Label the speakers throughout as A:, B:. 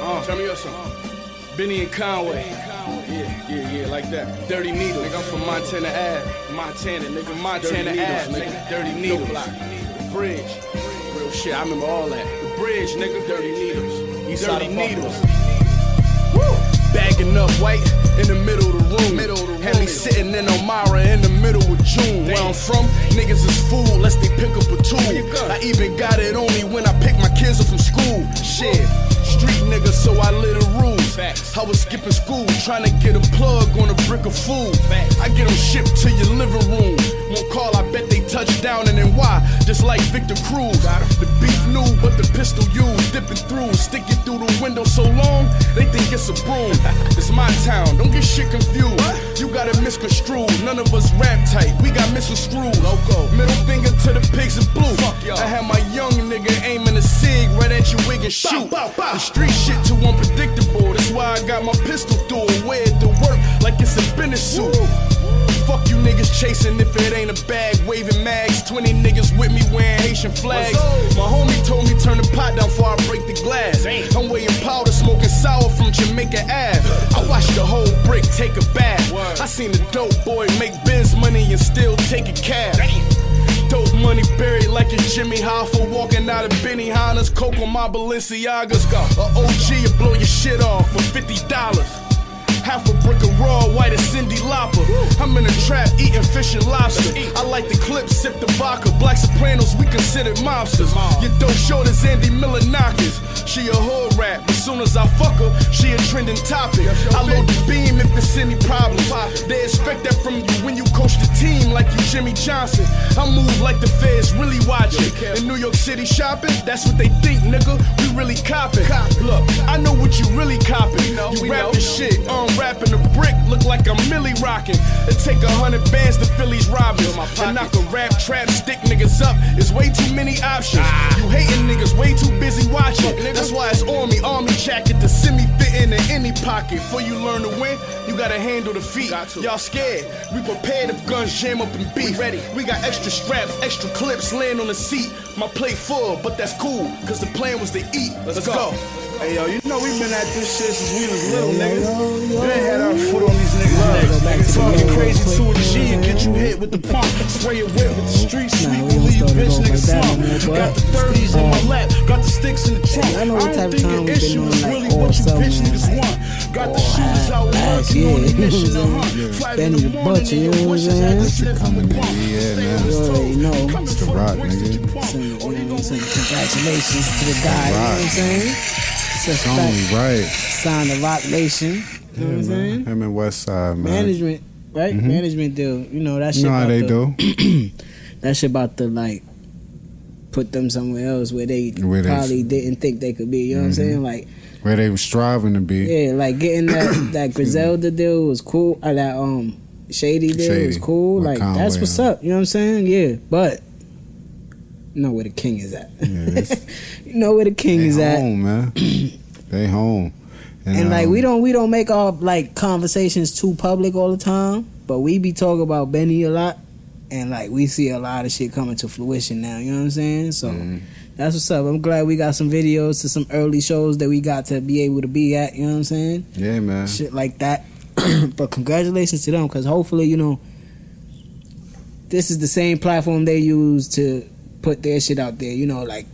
A: Uh, turn me up some. Benny and Conway. Yeah, yeah, yeah, like that. Dirty Needle. Nigga, I'm from Montana Ave. Montana, nigga. Montana Ave, nigga. Dirty Needles. Bridge. Real shit, I remember all that. The Bridge, nigga. Dirty Needles. He's Dirty Needles. Woo! Bagging up white in the middle of the room. Middle of the room. Had me sitting in Omara in the middle of June. Where I'm from, niggas is fool unless they pick up a tool. I even got it on me when I pick my kids up from school. Shit, street nigga, so I live the rules. I was skipping school, trying to get a plug on a brick of food. I get them shipped to your living room. Won't call, I bet they touch down and then why? Just like Victor Cruz. The beef new, but the pistol used. Dipping through, sticking through the window so long, they think it's a broom. it's my town, don't get shit confused. You got it misconstrued, none of us rap tight. We got misconstrued. Loco. Middle finger to the pigs and blue. I had my young nigga aiming a cig right at your wig and shoot. The street shit too unpredictable, that's why I got my pistol through and wear it to work like it's a business suit. Fuck you niggas chasing if it ain't a bag. Waving mags, 20 niggas with me wearing Haitian flags. My homie told me turn the pot down before I break the glass. I'm weighing powder, smoking sour from Jamaica Ave. I watched the whole brick take a bath. I seen the dope boy make biz money and still take a cab. Dope money buried like it's Jimmy Hoffa walking out of Benny Hanna's Coke on my Balenciagas. A OG will blow your shit off for fifty dollars. Half a brick of raw white as Cindy Lauper. I'm in a trap eating fish and lobster. I like the clip, sip the vodka. Black Sopranos, we considered mobsters. Your dope shoulders, Andy Miller knockers. She a whole rat, but soon as I fuck her, she a trending topic. I load the beam if it's any problem. They expect that from you when you coach the team like you Jimmy Johnson. I move like the feds really watching. In New York City shopping, that's what they think, nigga. We really copping. Look, I know what you really copping. You rap the shit, Oh, unwrapping the brick, look like I'm Millie rocking. It take a hundred bands to Phillies robbers. And knock a rap trap stick niggas up. It's way too many options. You hating niggas way too busy watching. That's why it's on me, army jacket to semi fit in any pocket. For you learn to win, you gotta handle defeat. Y'all scared? We prepared if guns jam up and beef. Ready? We got extra straps, extra clips, laying on the seat. My plate full, but that's cool, cause the plan was to eat. Let's, go. Hey yo, you know we been at this shit since we was little, niggas. We done had our foot on these niggas' necks. Talking crazy to a G and get you hit with the pump. Spray it wet with the street
B: Nah,
A: sweep.
B: we
A: We
B: don't
A: leave bitch
B: start it off like
A: niggas
B: that,
A: slump.
B: man, boy.
A: Got the 30s in my
B: Oh.
A: lap, got the sticks in the trunk.
B: I know what
A: I
B: type
A: don't
B: of
A: think
B: time
A: the
B: we've been
A: issue
B: on,
A: is
B: like,
A: really
B: all
A: what you
B: summer,
A: bitch
B: man.
A: niggas want. Got the
B: all
A: shooters out
B: last
A: working on
B: year.
A: the mission to hunt.
B: uh, Yeah.
A: Five in
B: Benny
A: the
B: the
A: morning and
B: Butcher, you
A: your
B: know what I'm
A: wishes had
B: saying?
A: to
B: Shit
A: slip on
C: coming
A: the
C: to
A: pump.
C: me, yeah,
A: Stay
C: man.
A: on his
B: You already
A: toes.
B: know.
A: Coming
B: It's
C: the
A: for
C: rock,
A: bricks that
C: nigga.
A: you pump.
B: So, you know
A: Or
B: what
A: they
B: I'm
A: gonna
B: saying?
A: leave
B: Congratulations to the guy, you know what I'm saying? It's a
C: Tony,
B: fact.
C: right.
B: Sign of Rock Nation. You know what I'm saying?
C: Him and West Side, man.
B: Management, right? Management deal. You know that shit.
C: Mm-hmm. You know how
B: about
C: they
B: to,
C: do.
B: That shit about to like put them somewhere else where they
C: Where they- Mm-hmm.
B: probably didn't think they could be. You know what I'm saying? Like
C: Where they were striving to be.
B: yeah, like getting that that Griselda deal was cool. Uh, that um Shady deal was
C: Shady,
B: cool.
C: with
B: Like
C: Conway
B: that's what's
C: on it.
B: up. You know what I'm saying? Yeah, but. you Know where the king is at.
C: it's-
B: you know where the king
C: They
B: is at.
C: home, man. they home.
B: And like
C: um,
B: we don't we don't make our like conversations too public all the time, but we be talking about Benny a lot, and like we see a lot of shit coming to fruition now. You know what I'm saying? So that's what's up. I'm glad we got some videos to some early shows that we got to be able to be at. You know what I'm saying?
C: Yeah, man.
B: Shit like that. but congratulations to them because hopefully you know this is the same platform they use to put their shit out there. You know, like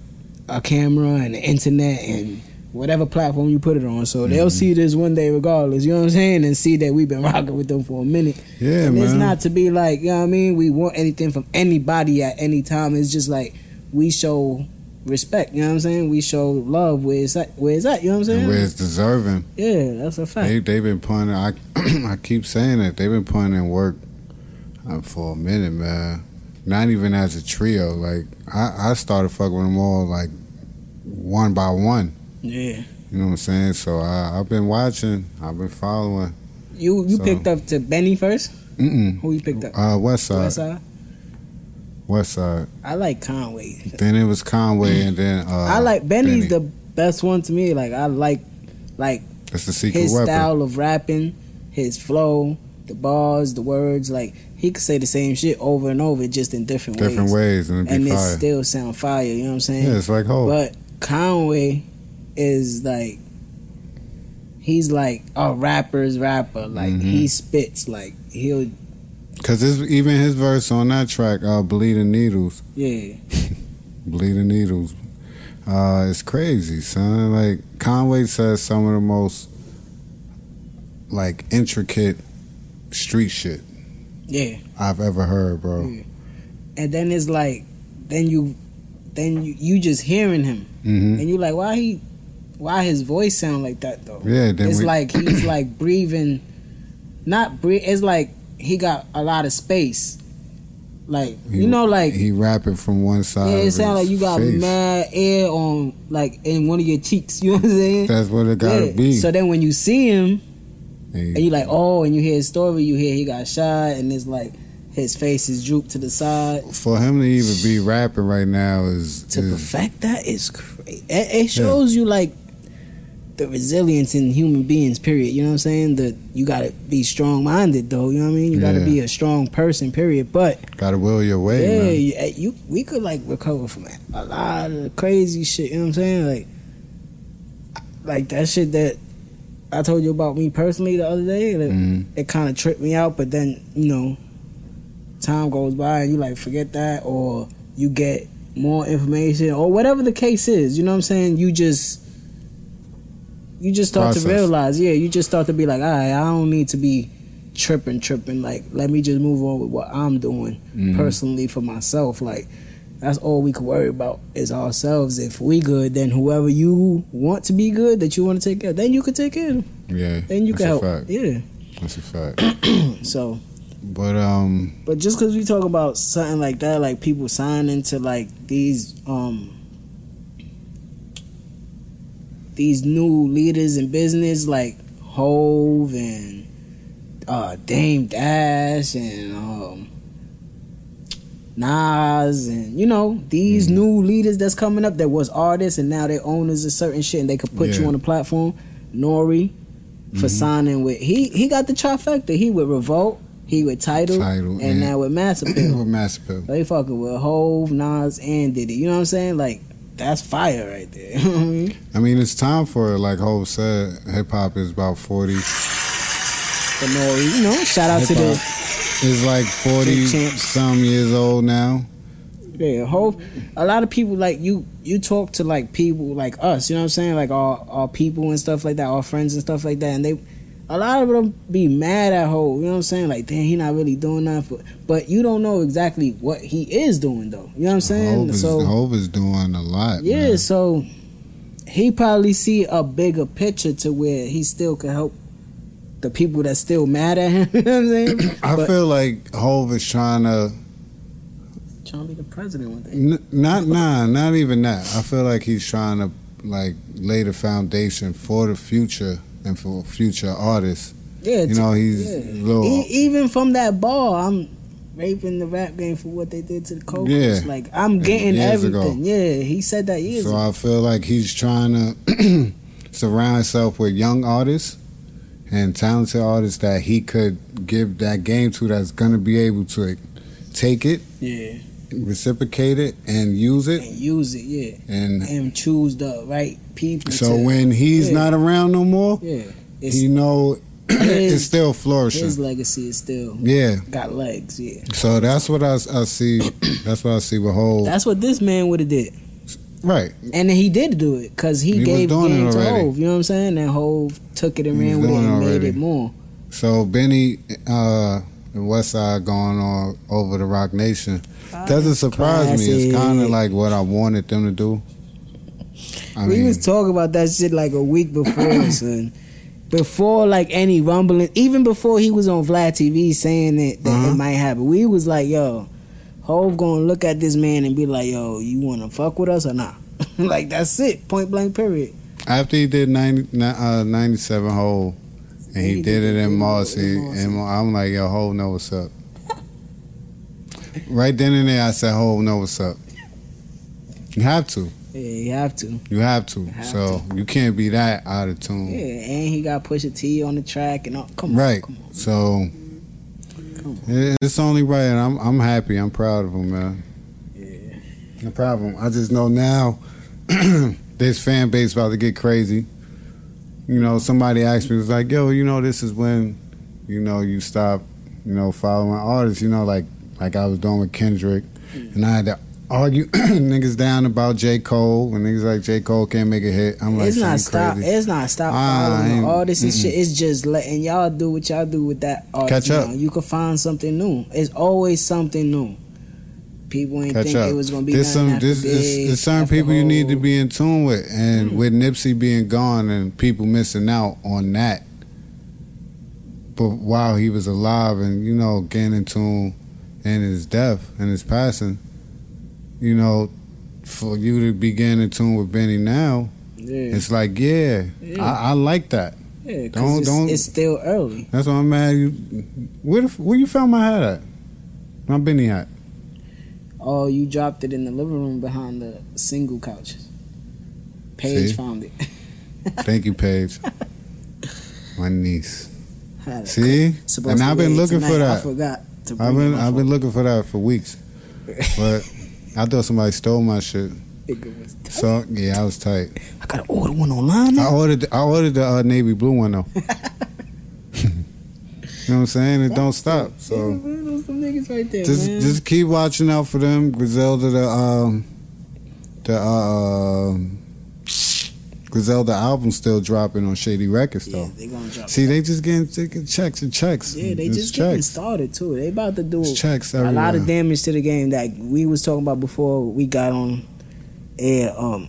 B: a camera and the internet and whatever platform you put it on. So they'll
C: Mm-hmm.
B: see this one day regardless, you know what I'm saying? And see that we've been rocking with them for a minute.
C: Yeah,
B: and it's
C: man.
B: not to be like, you know what I mean, we want anything from anybody at any time. It's just like we show respect, you know what I'm saying? We show love where it's at where it's at, you know what I'm saying?
C: And where it's deserving.
B: yeah, that's a fact.
C: They they've been putting. I I keep saying it. They've been putting in work uh, for a minute, man. Not even as a trio. Like I, I started fucking with them all like one by one.
B: yeah.
C: You know what I'm saying? So I, I've been watching. I've been following.
B: You you
C: So-
B: picked up to Benny first?
C: Mm-mm.
B: Who you picked up?
C: Uh, West Side.
B: West Side?
C: West Side.
B: I like Conway.
C: Then it was Conway, and then uh,
B: I like Benny's the
C: Benny.
B: best one to me. Like I like like
C: That's the secret
B: his
C: weapon.
B: style of rapping, his flow, the bars, the words. Like he could say the same shit over and over, just in different,
C: Different ways, and it'd
B: and
C: be
B: it
C: fire.
B: still sound fire. You know what I'm saying?
C: Yeah, it's like hope.
B: But Conway is like he's like a rapper's rapper. Like
C: Mhm.
B: he spits. Like he'll
C: Cause his, even his verse on that track, uh, "Bleeding Needles,"
B: yeah.
C: "Bleeding Needles," uh, it's crazy, son. Like Conway says, some of the most like intricate street shit
B: Yeah.
C: I've ever heard, bro.
B: Yeah. And then it's like then you then you, you just hearing him
C: hmm
B: and you like why he why his voice sound like that though
C: Yeah, then
B: it's
C: we-
B: like he's like breathing not breathe it's like he got a lot of space like
C: He-
B: you know like
C: He rapping from one side.
B: yeah
C: of
B: it
C: his
B: sound like you got
C: face.
B: mad air on like in one of your cheeks you know what i'm saying
C: That's what it gotta
B: Yeah.
C: be.
B: so then when you see him
C: And
B: and you like oh and you hear his story you hear he got shot and it's like his face is drooped to the side
C: for him to even be rapping right now is,
B: to
C: is-
B: perfect that is crazy. It, it shows you like the resilience in human beings. Period. You know what I'm saying? That you gotta be strong minded, though. You know what I mean? You gotta
C: Yeah.
B: be a strong person. Period. But
C: gotta will your way,
B: yeah,
C: man.
B: you, eh, you we could like recover from a lot of crazy shit. You know what I'm saying? Like, like that shit that I told you about me personally the other day. That
C: Mhm.
B: It kind of tripped me out, but then you know, time goes by and you like forget that, or you get more information, or whatever the case is. You know what I'm saying? You just you just start to
C: Process.
B: realize, yeah, you just start to be like, all right, I don't need to be tripping, tripping. Like, let me just move on with what I'm doing
C: Mhm.
B: personally for myself. Like, that's all we can worry about is ourselves. If we good, then whoever you want to be good, that you want to take care, of, then you can take care. Of them.
C: Yeah,
B: Then you
C: that's
B: can help.
C: A fact.
B: Yeah.
C: That's a fact.
B: So,
C: But um,
B: but just because we talk about something like that, like people signing to like these um these new leaders in business, like Hove and uh, Dame Dash and um, Nas and you know these new leaders that's coming up that was artists and now they're owners of certain shit and they could put you
C: Yeah.
B: on a platform. Nori for
C: Mm-hmm.
B: signing with he he got the trifecta. He with Revolt, he with Title,
C: Tidal,
B: and
C: yeah.
B: now with Master Pill.
C: with Master Pill,
B: they fucking with Hove, Nas, and Diddy. You know what I'm saying? Like that's fire right there. You know what I mean?
C: I mean, it's time for it. Like Hope said, hip hop is about forty.
B: For Nori, you know, shout out to
C: Hip-hop
B: the
C: is like forty
B: Big champs.
C: some years old now.
B: yeah, Hove. A lot of people like you. You talk to like people like us. You know what I'm saying? Like our our people and stuff like that, our friends and stuff like that, and they. A lot of them be mad at Hove, you know what I'm saying? Like, damn, he not really doing nothing. For, but you don't know exactly what he is doing, though. You know what I'm saying?
C: Hope is, Hope is doing a lot.
B: Yeah,
C: man.
B: so he probably see a bigger picture to where he still can help the people that's still mad at him. you know what I'm saying?
C: I
B: But-
C: feel like Hove is trying to
B: Trying to be the president one day.
C: n- not nah, not even that. I feel like he's trying to like lay the foundation for the future and for future artists.
B: Yeah,
C: You know, he's
B: yeah.
C: a little
B: E- even from that ball, I'm raping the rap game for what they did to the Cobras.
C: Yeah.
B: Like I'm getting
C: Years ago.
B: everything. Yeah, he said that years
C: So
B: ago.
C: I feel like he's trying to surround himself with young artists and talented artists that he could give that game to that's going to be able to take it,
B: Yeah,
C: reciprocate it, and use it.
B: and use it. Yeah,
C: And
B: and choose the right people.
C: so
B: to-
C: when he's
B: Yeah.
C: not around no more,
B: yeah, it's,
C: you know it's
B: his,
C: still flourishing.
B: his legacy is still
C: Yeah.
B: got legs. Yeah,
C: So that's what I, I see. That's what I see with whole.
B: that's what this man would have did.
C: Right.
B: And he did do it because he,
C: He was
B: gave
C: doing it
B: game to
C: already.
B: Hove. You know what I'm saying? And Hove took it and
C: He
B: ran
C: was
B: with it
C: doing
B: and
C: it
B: made
C: already.
B: it more.
C: So Benny uh, and Westside going on over the Rock Nation doesn't surprise me. It's kind
B: Classic.
C: of like what I wanted them to do. I
B: we
C: mean,
B: was talking about that shit like a week before, son. Before like any rumbling, even before he was on Vlad TV saying that, that it
C: Uh-huh.
B: might happen, we was like, "Yo, Hove gonna look at this man and be like, yo, you wanna fuck with us or not?" like that's it, point blank, period.
C: after he did 90, ni- uh, 97 hole, and he,
B: He
C: did it in Marcy,
B: Marcy.
C: and I'm like, yo, hole know what's up. right then and there, I said, hole know what's up. You have to.
B: Yeah, you have to.
C: You have to.
B: have
C: so you can't be that out of tune.
B: Yeah, and he got Pusha T on the track and all. Come on,
C: Right.
B: come on.
C: So it- it's only right, and I'm I'm happy. I'm proud of him, man. No problem. I just know now this fan base about to get crazy. you know, somebody asked me, was like, yo, you know, this is when, you know, you stop, you know, following artists, you know, like like I was doing with Kendrick.
B: Mm.
C: And I had to argue niggas down about J. Cole when niggas like J. Cole can't make a hit. I'm like,
B: it's not
C: "Shit,
B: stop.
C: crazy."
B: It's not stop
C: Ah,
B: following
C: ain't-
B: all this and
C: mm-mm.
B: shit. It's just letting y'all do what y'all do with that art.
C: Catch
B: now.
C: up.
B: You can find something new. It's always something new. People ain't
C: Catch
B: think
C: up.
B: it was gonna be
C: There's
B: nothing
C: some
B: after
C: there's,
B: Big,
C: there's, there's certain
B: after Hmm.
C: people you need to
B: Hov.
C: be in tune with, and with Nipsey being gone and people missing out on that. But while he was alive, and you know, getting in tune in his death and his passing, you know, for you to be getting in tune with Benny now,
B: Yeah,
C: it's like, yeah,
B: Yeah.
C: I, I like that.
B: yeah 'cause
C: don't-
B: it's,
C: don't-
B: it's still early.
C: That's why I'm mad. You, where the, f- where you found my hat at? My Benny hat.
B: Oh, you dropped it in the living room behind the single couches. Paige
C: See?
B: found it.
C: Thank you, Paige. my niece.
B: Had it.
C: See,
B: Supposed
C: and
B: to
C: I've
B: be
C: been
B: late
C: looking for
B: tonight. I
C: that.
B: forgot to bring
C: I've
B: it
C: been
B: my
C: I've been
B: phone.
C: looking for that for weeks, but I thought somebody stole my shit.
B: Nigga was-
C: So yeah, I was tight.
B: I gotta order one online
C: I
B: now.
C: ordered I ordered the uh, navy blue one though. you know what I'm saying? It don't stop.
B: Yeah,
C: So
B: man, those some niggas right there,
C: just
B: man.
C: just keep watching out for them. Griselda the um the uh, um, Griselda album still dropping on Shady Records though.
B: yeah, they gonna drop.
C: See, they just getting, they getting checks and checks.
B: Yeah, they
C: It's
B: just getting
C: checks.
B: started too. They about to do
C: It's checks
B: a lot of
C: everywhere.
B: damage to the game that we was talking about before we got on air. Um,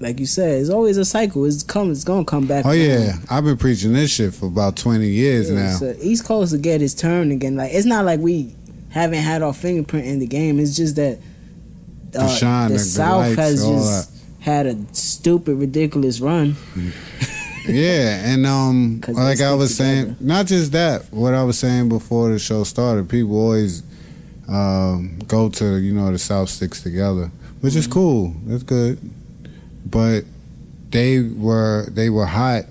B: like you said, it's always a cycle. It's come. It's gonna come back.
C: Oh
B: around.
C: yeah, I've been preaching this shit for about twenty years
B: Yeah,
C: now.
B: so East Coast will get his turn again. Like it's not like we haven't had our fingerprint in the game. It's just that uh,
C: The shine,
B: the
C: the- the
B: South
C: lights,
B: has
C: all
B: just had a stupid, ridiculous run.
C: yeah, and um,
B: 'Cause they
C: like I
B: stick
C: was
B: together.
C: saying, not just that. What I was saying before the show started, people always um, go to you know the South sticks together, which
B: Mm-hmm.
C: is cool. That's good, but they were they were hot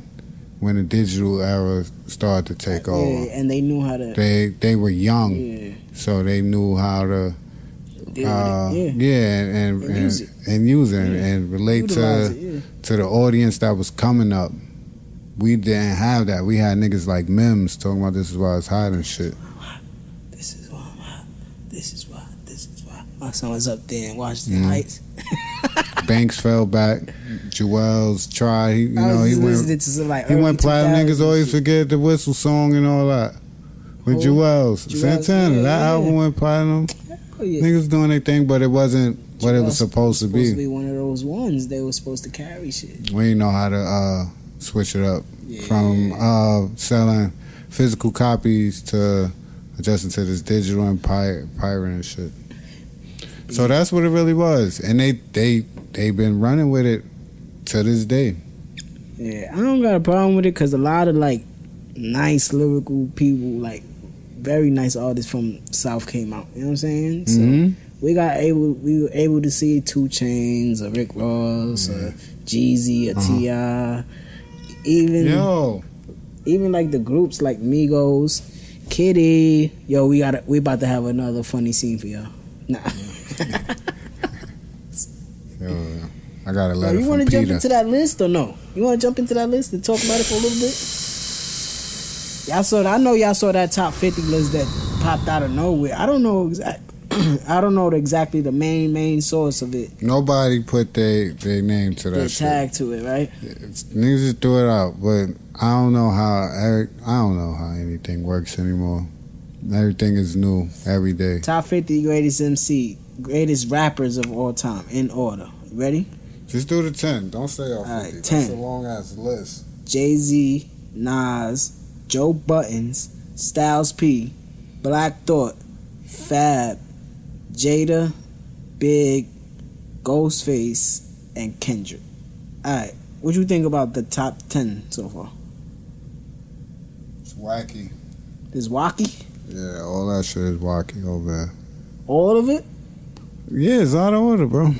C: when the digital era started to take over.
B: Yeah, and they knew how to.
C: They they were young,
B: Yeah,
C: so they knew how to
B: deal
C: uh,
B: with
C: yeah.
B: it.
C: and
B: And
C: and
B: use
C: and,
B: it.
C: and use it
B: Yeah.
C: and
B: yeah.
C: relate
B: Utilize
C: to
B: it, yeah.
C: to the audience that was coming up. We didn't have that. We had niggas like Mims talking about this is why it's hot and shit.
B: This is why I'm hot. This is why. This is why. My son was up there and watched the
C: Mhm.
B: lights.
C: Banks fell back. Joel's tried. He, you
B: I Oh, was
C: know, he
B: just
C: went.
B: listening to some like
C: He
B: early
C: went platinum.
B: 2000s
C: Niggas always
B: shit.
C: forget the whistle song and all that. With
B: Who?
C: Joel's
B: Jewel's,
C: Santana,
B: yeah,
C: that
B: Oh, yeah.
C: album went platinum.
B: Oh, yeah.
C: Niggas doing their thing, but it wasn't what it
B: Jewel's
C: was supposed to
B: supposed to
C: be.
B: be one of those ones they were supposed to carry shit.
C: We didn't know how to uh, switch it up.
B: Yeah.
C: from uh, selling physical copies to adjusting to this digital and pirate, pirate and shit. So that's what it really was, and they they they've been running with it to this day. Mm-hmm.
B: Yeah, I don't got a problem with it because a lot of like nice lyrical people, like very nice artists from South came out. You know what I'm saying?
C: Mhm.
B: So we got able, we were able to see Two Chains, or Rick Ross, or
C: Mm-hmm.
B: Jeezy, or
C: Uh-huh.
B: Ti, even
C: Yo,
B: even like the groups like Migos, Kitty. Yo, we got to we about to have another funny scene for y'all. Nah,
C: yo, I got a
B: Yo,
C: letter
B: Oh, you want
C: from
B: to jump
C: Peter.
B: into that list or no? You want to jump into that list and talk about it for a little bit? Y'all saw. I know y'all saw that top fifty list that popped out of nowhere. I don't know exact. I don't know exactly the main main source of it.
C: Nobody put their their name to
B: The
C: that shit.
B: tag to it, right?
C: It's- Niggas just threw it out, but I don't know how Eric. I don't know how anything works anymore. Everything is new every day.
B: Top fifty greatest MC, greatest rappers of all time in order. Ready?
C: Just do the ten. Don't say all
B: Alright,
C: fifty. That's
B: 10.
C: a long ass list.
B: Jay Z, Nas, Joe Buttons, Styles P, Black Thought, Fab, Jada, Big, Ghostface, and Kendrick. Alright, what you think about the top 10 so far?
C: It's wacky.
B: This wacky?
C: Yeah, all that shit is wacky over there.
B: All of it?
C: Yeah, it's out of order, bro.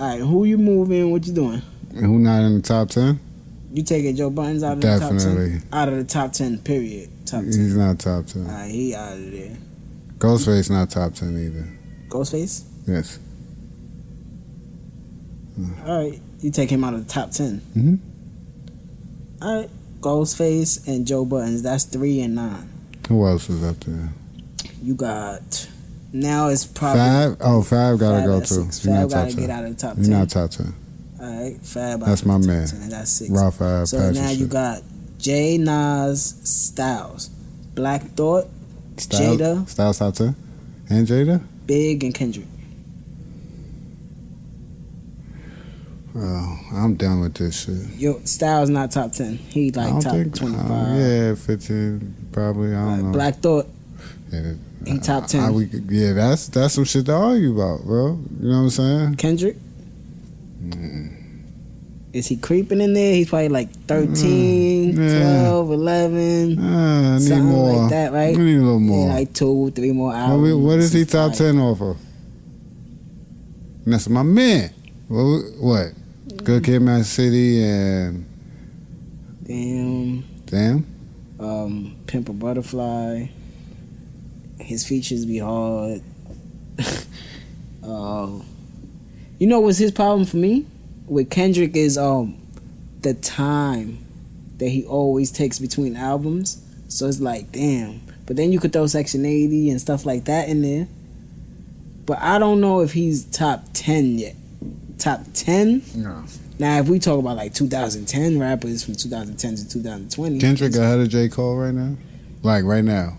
B: Alright, who you moving? What you doing?
C: And who not in the top ten?
B: You taking Joe Buttons out of the
C: Definitely.
B: top 10? Out of the top 10, period. Top 10.
C: He's not top ten.
B: Alright, he out of there.
C: Ghostface not top ten either.
B: Ghostface?
C: Yes.
B: All right, you take him out of the top 10
C: Mhm.
B: All right, Ghostface and Joe Buttons. That's three and nine.
C: Who else is up there?
B: You got now it's probably
C: Five? Oh, five gotta
B: Fab
C: go
B: at
C: too.
B: six.
C: You're
B: Fab
C: not
B: gotta
C: top
B: get
C: ten.
B: out of the top
C: You're
B: ten.
C: not top ten.
B: All right, Fab. out
C: That's
B: of the
C: my
B: top
C: man.
B: 10, That's six.
C: Raw five.
B: So
C: Patrick
B: now you
C: shit.
B: got Jay Nas Styles, Black Thought,
C: Styles-
B: Jada.
C: Styles top ten, and Jada.
B: Big, and Kendrick.
C: Oh, I'm done with this shit.
B: Yo, Styles not top ten. He
C: I
B: like
C: don't
B: top
C: think.
B: twenty
C: uh,
B: five.
C: yeah, fifteen probably. I don't know.
B: Black Thought,
C: Yeah,
B: he top
C: I-
B: ten.
C: I- we could- yeah, that's that's some shit to argue about, bro. You know what I'm saying?
B: Kendrick. Mm. Is he creeping in there? He's probably like 13,
C: Mm, yeah.
B: 12, 11.
C: Uh, I need
B: Something
C: more.
B: like that, right?
C: We need a little
B: Yeah,
C: more.
B: like um, two, three more
C: What
B: albums.
C: we- what is he
B: It's
C: top
B: like-
C: ten off of? And that's my man. What? we- what?
B: Mm.
C: Good Kid, Man City, and
B: Damn.
C: damn,
B: Um, Pimp a Butterfly. His features be hard. um, you know what's his problem for me? With Kendrick is um the time that he always takes between albums. So it's like, damn. But then you could throw Section 80 and stuff like that in there. But I don't know if he's top 10 yet. Top 10?
C: No.
B: Now, if we talk about like 2010 rappers from 2010 to 2020,
C: Kendrick
B: it's-
C: ahead of J Cole right now. Like right now,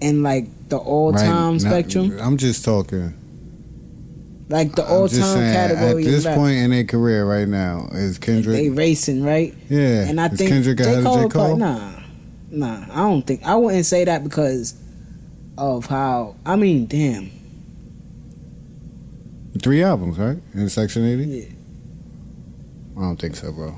B: in like the all
C: right
B: time
C: now-
B: spectrum,
C: I'm just talking.
B: like the
C: I'm
B: all
C: just
B: time
C: saying,
B: category.
C: At this
B: of rap.
C: point in their career, right now, is
B: they
C: Kendrick?
B: racing right,
C: yeah,
B: and I
C: is
B: think
C: Kendrick
B: J.
C: ahead
B: Cole,
C: of J Cole.
B: probably- Nah, nah, I don't think I wouldn't say that because of how I mean, damn,
C: Three albums, right? In Section 80?
B: Yeah.
C: I don't think so, bro.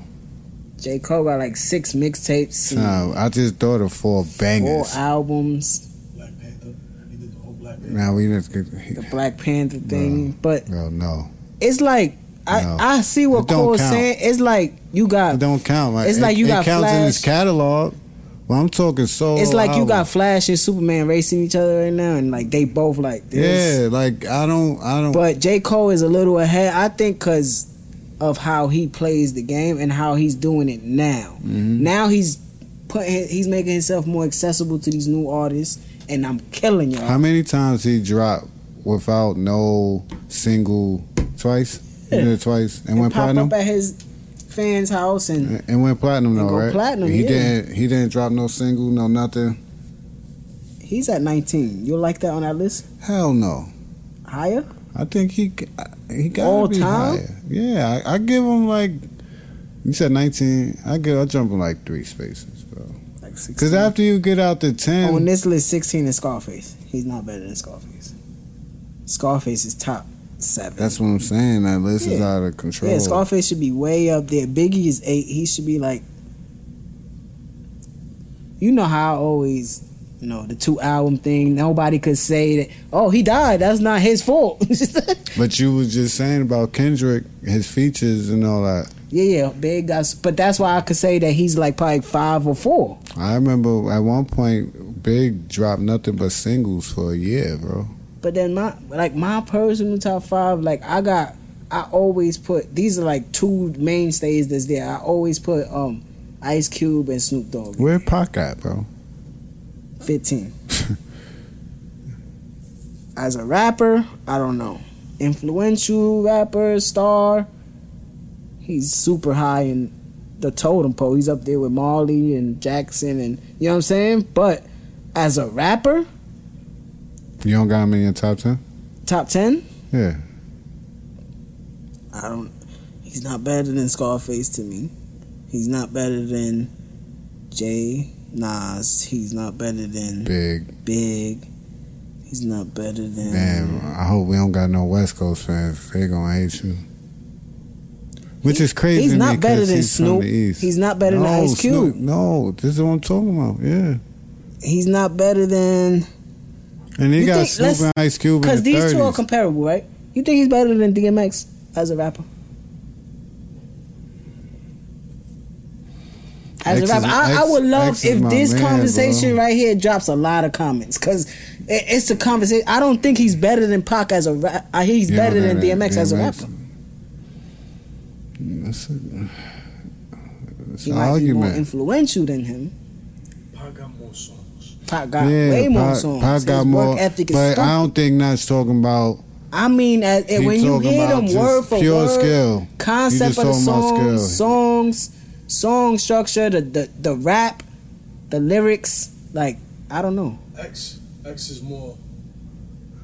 B: J Cole got like six mixtapes, and
C: No, I just thought of four
B: four
C: bangers.
B: albums,
D: Black Panther. He did the whole Black Panther.
C: now we just.
B: the Black Panther thing, but
C: Bro, no.
B: it's like. I,
C: No.
B: I see
C: It
B: what
C: don't
B: Cole's
C: count.
B: saying. It's like you
C: It
B: got
C: don't count. Like,
B: It's
C: it,
B: like you
C: it
B: got
C: counts in his
B: Flash.
C: catalog. Well, I'm talking solo.
B: It's like you
C: albums.
B: got Flash and Superman racing each other right now, and like they both like this.
C: Yeah, like I don't, I don't.
B: But J Cole is a little ahead, I think, because of how he plays the game and how he's doing it now.
C: Mm-hmm.
B: Now he's putting, he's making himself more accessible to these new artists, and I'm killing y'all.
C: How many times he dropped without no single? Twice. He
B: Yeah.
C: did it twice and,
B: and
C: went
B: pop
C: platinum.
B: up at his fans' house, and
C: And went platinum
B: And
C: though,
B: go
C: right?
B: platinum,
C: He
B: yeah.
C: didn't. He didn't drop no single, no nothing.
B: he's at 19. You like that on that list?
C: Hell no.
B: Higher?
C: I think he he got
B: All
C: to be
B: time?
C: higher. Yeah, I, I give him like you said nineteen. I give I jump him like three spaces, bro.
B: Like
C: Because
B: 16.
C: after you get out to
B: on
C: ten,
B: this list, 16 is Scarface. He's not better than Scarface. Scarface is top seven.
C: that's what I'm saying. That list is
B: Yeah.
C: out of control.
B: Yeah, Scarface should be way up there. Biggie is eight. He should be like, you know how I always, you know, the two album thing. Nobody could say that. Oh, he died. That's not his fault. yeah,
C: But you was just saying about Kendrick, his features and all that.
B: yeah, big. That's but that's why I could say that he's like probably five or four.
C: I remember at one point, Big dropped nothing but singles for a year, bro.
B: But then my like my personal top five, like I got, I always put these are like two mainstays that's there. I always put um, Ice Cube and Snoop Dogg.
C: Where Pac at, bro?
B: 15. As a rapper, I don't know. Influential rapper, star. He's super high in the totem pole. He's up there with Marley and Jackson and you know what I'm saying? But as a rapper,
C: You don't got him in your top ten?
B: top 10,
C: Yeah,
B: I don't he's not better than Scarface to me. He's not better than Jay Nas. He's not better than
C: Big.
B: Big. He's not better than
C: Man, I hope we don't got no West Coast fans. They gonna hate you. Which is crazy.
B: He's
C: to me
B: not better
C: 'cause
B: than
C: he's from
B: Snoop.
C: the East.
B: He's not better than Ice Cube.
C: Snoop, no, this is what I'm talking about. Yeah,
B: He's not better than
C: and he
B: You
C: got
B: think-
C: Snoop
B: let's-
C: and Ice Cube in the
B: because these two are
C: 30s.
B: comparable, right? You think he's better than DMX as a rapper? As
C: X
B: a
C: is-
B: rapper, I, I
C: X-
B: would love
C: X is
B: if
C: my
B: this
C: man,
B: conversation
C: bro.
B: right here drops a lot of comments because It, it's a conversation. I don't think he's better than Pac as a rap. I hear he's
C: You know
B: better
C: that,
B: than
C: that
B: DMX, as a
C: DMX.
B: rapper.
C: That's a, that's
B: He might be
C: an
B: more
C: argument.
B: influential than him.
D: Pac got more songs.
B: Pac got
C: yeah,
B: way more
C: Pac-
B: songs.
C: Pac
B: His
C: got
B: work
C: more,
B: ethic is
C: but I
B: stupid.
C: don't think that's talking about.
B: I mean, as, and
C: He
B: when you
C: talking
B: hear
C: about
B: them
C: just
B: word for
C: pure
B: word,
C: skill. He
B: concept
C: just
B: of the
C: talking about
B: songs,
C: skill.
B: songs, song structure, the, the the rap, the lyrics, like I don't know.
D: X. X is more.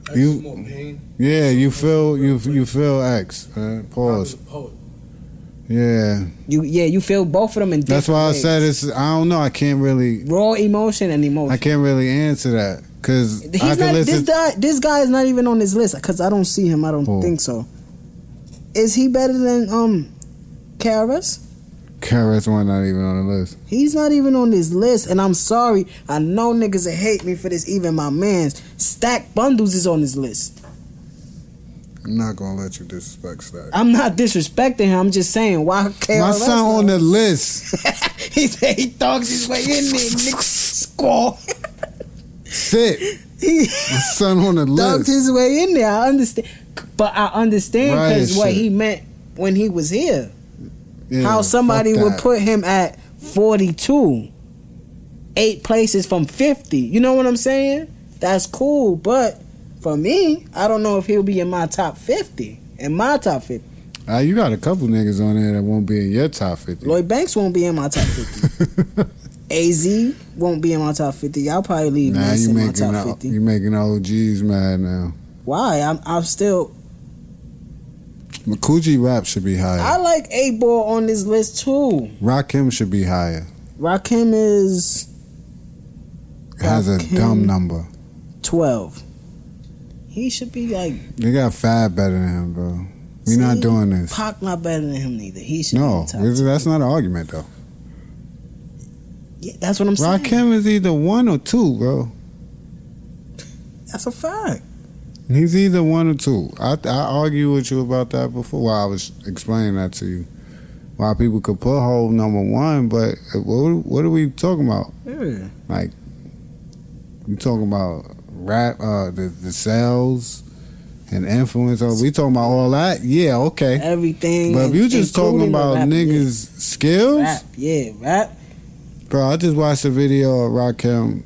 D: X
C: You-
D: is more pain.
C: Yeah, you feel you you feel X. Uh,
D: Pac
C: pause.
D: is a poet.
C: Yeah,
B: You yeah, you feel both of them in
C: that's
B: different
C: why I
B: ways.
C: said it's. I don't know. I can't really.
B: raw emotion and emotion.
C: I can't really answer that because
B: He's
C: I can
B: not, this
C: listen.
B: guy. This guy is not even on his list because I don't see him. I don't
C: Who?
B: think so. Is he better than um, Karis?
C: Karis one not even on the list.
B: He's not even on this list, and I'm sorry. I know niggas will hate me for this. Even my man's Stack Bundles is on this list.
C: I'm not gonna let you disrespect that.
B: I'm not disrespecting him. I'm just saying why KRS.
C: My son on the list.
B: he said he talks his way in there, nigga. Squall.
C: Sit.
B: he
C: My son on the
B: thugs
C: list.
B: his way in there. I understand, but I understand
C: Right,
B: because what
C: shit.
B: he meant when he was here.
C: Yeah,
B: how somebody
C: Mm, fuck
B: would
C: that.
B: put him at 42 eight places from 50 you know what i'm saying that's cool but for me i don't know if he'll be in my top 50 in my top 50
C: Ah, you got a couple niggas on there that won't be in your top fifty.
B: lloyd banks won't be in my top 50 az won't be in my top 50 y'all probably leave
C: Nah,
B: Ness
C: you
B: in my
C: making
B: top
C: the-
B: 50
C: you making OGs mad now.
B: why i'm, I'm still
C: Makuji rap should be higher.
B: i like eight ball on this list too
C: Rakim should be higher.
B: rakim is
C: It has a
B: Rakim.
C: dumb number.
B: 12 he should be like
C: They got Fab better than him, bro. We
B: See?
C: not doing this.
B: Pac not better than him neither. He should
C: No,
B: be top.
C: this- that's not an argument though.
B: Yeah, that's what I'm saying.
C: Rakim is either one or two, bro.
B: That's a fact.
C: He's either one or two. I I argued with you about that before. While I was explaining that to you, why people could put whole number one, but what what are we talking about?
B: Yeah.
C: We talking about rap, uh, the the sales and influence. Oh, we talking about all that? Yeah, okay.
B: Everything.
C: But if you just talking
B: including the
C: about
B: rap,
C: niggas' skills,
B: Yeah. Rap, yeah, rap.
C: Bro, I just watched a video of Rakim,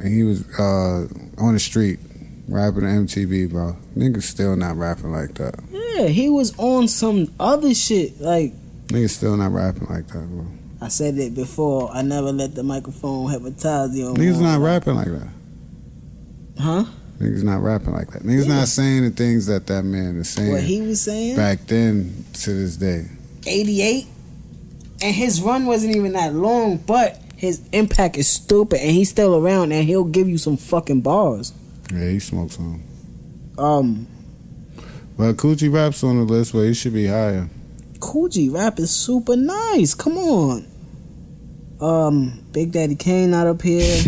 C: and he was uh, on the street rapping to MTV, bro. Niggas still not rapping like that.
B: Yeah, he was on some other shit. Like
C: Niggas still not rapping like that, bro.
B: I said it before, I never let the microphone hypnotize you.
C: Niggas not rapping like that.
B: Huh?
C: Niggas not rapping like that. Niggas
B: Yeah.
C: not saying the things that that man is saying
B: What he was saying?
C: back then to this day.
B: 88. And his run wasn't even that long, but his impact is stupid, and he's still around, and he'll give you some fucking bars.
C: Yeah, he smokes on.
B: Um,
C: Well, Coochie Rap's on the list, but he should be higher.
B: Coogee rap is super nice. Come on. Um, Big Daddy Kane not up here.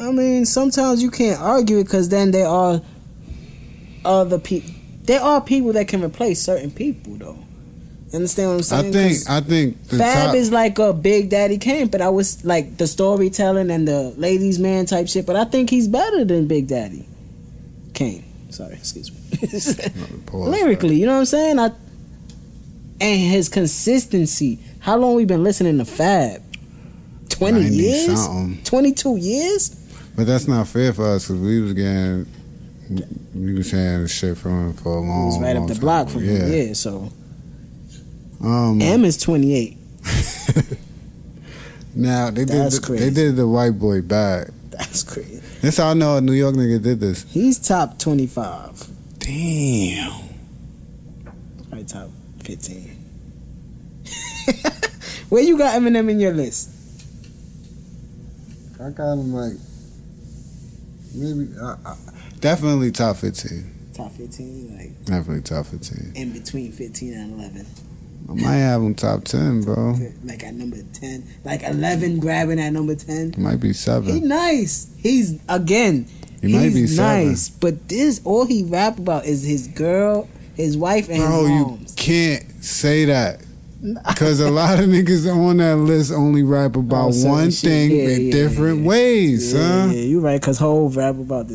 B: I mean, sometimes you can't argue it because then there are other people. There are people that can replace certain people, though. You understand what I'm
C: I
B: saying?
C: think
B: 'Cause
C: I think the
B: Fab
C: top,
B: is like a Big Daddy Kane, but I was like the storytelling and the ladies' man type shit. But I think he's better than Big Daddy Kane. Sorry, excuse me.
C: Pause,
B: lyrically. You know what I'm saying? I and his consistency. How long we been listening to Fab? Twenty
C: 90
B: years?
C: something.
B: Twenty two years?
C: But that's not fair for us because we was getting, we was hearing shit from him for a long,
B: He's right
C: long
B: up the
C: time.
B: block from
C: yeah.
B: him. Yeah. So
C: Um,
B: M is twenty eight.
C: now they did
B: That's
C: the,
B: crazy.
C: they did the white boy back.
B: That's crazy.
C: That's how I know a New York nigga did this.
B: He's top twenty five.
C: Damn.
B: Probably top fifteen. Where you got Eminem in your list?
C: I got him like maybe I, I, definitely top fifteen.
B: Top fifteen, like
C: Definitely top fifteen.
B: in between fifteen and eleven.
C: I might have him top ten, bro.
B: Like at number ten. Like eleven grabbing at number ten.
C: Might be
B: He
C: seven.
B: nice. He's again.
C: He might be
B: he's
C: seven.
B: nice, but this all he rap about is his girl, his wife, and
C: Bro,
B: his
C: you
B: moms.
C: can't say that. Cause a lot of niggas on that list only rap about
B: Oh, certain
C: one
B: shit.
C: thing
B: Yeah,
C: in
B: yeah,
C: different
B: yeah.
C: ways, huh?
B: yeah, you right, cause whole rap about the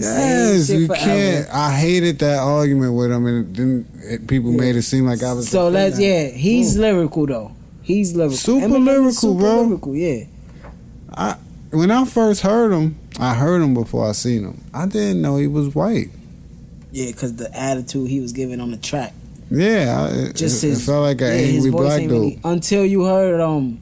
B: same
C: Yes,
B: shit
C: you
B: forever.
C: can't. Oh I hated that argument with him, and then it, people
B: Yeah.
C: made it seem like I was.
B: So
C: defending
B: let's
C: him.
B: yeah, he's lyrical though. He's lyrical.
C: Super
B: Eminem is
C: lyrical,
B: super
C: bro.
B: Lyrical, yeah.
C: When I first heard him, I heard him before I seen him. I didn't know he was white.
B: Yeah, cause the attitude he was giving on the track,
C: Yeah, I, it-
B: just
C: it,
B: his,
C: felt like an
B: yeah, his
C: angry
B: voice
C: black
B: ain't
C: dude.
B: really- until you heard um,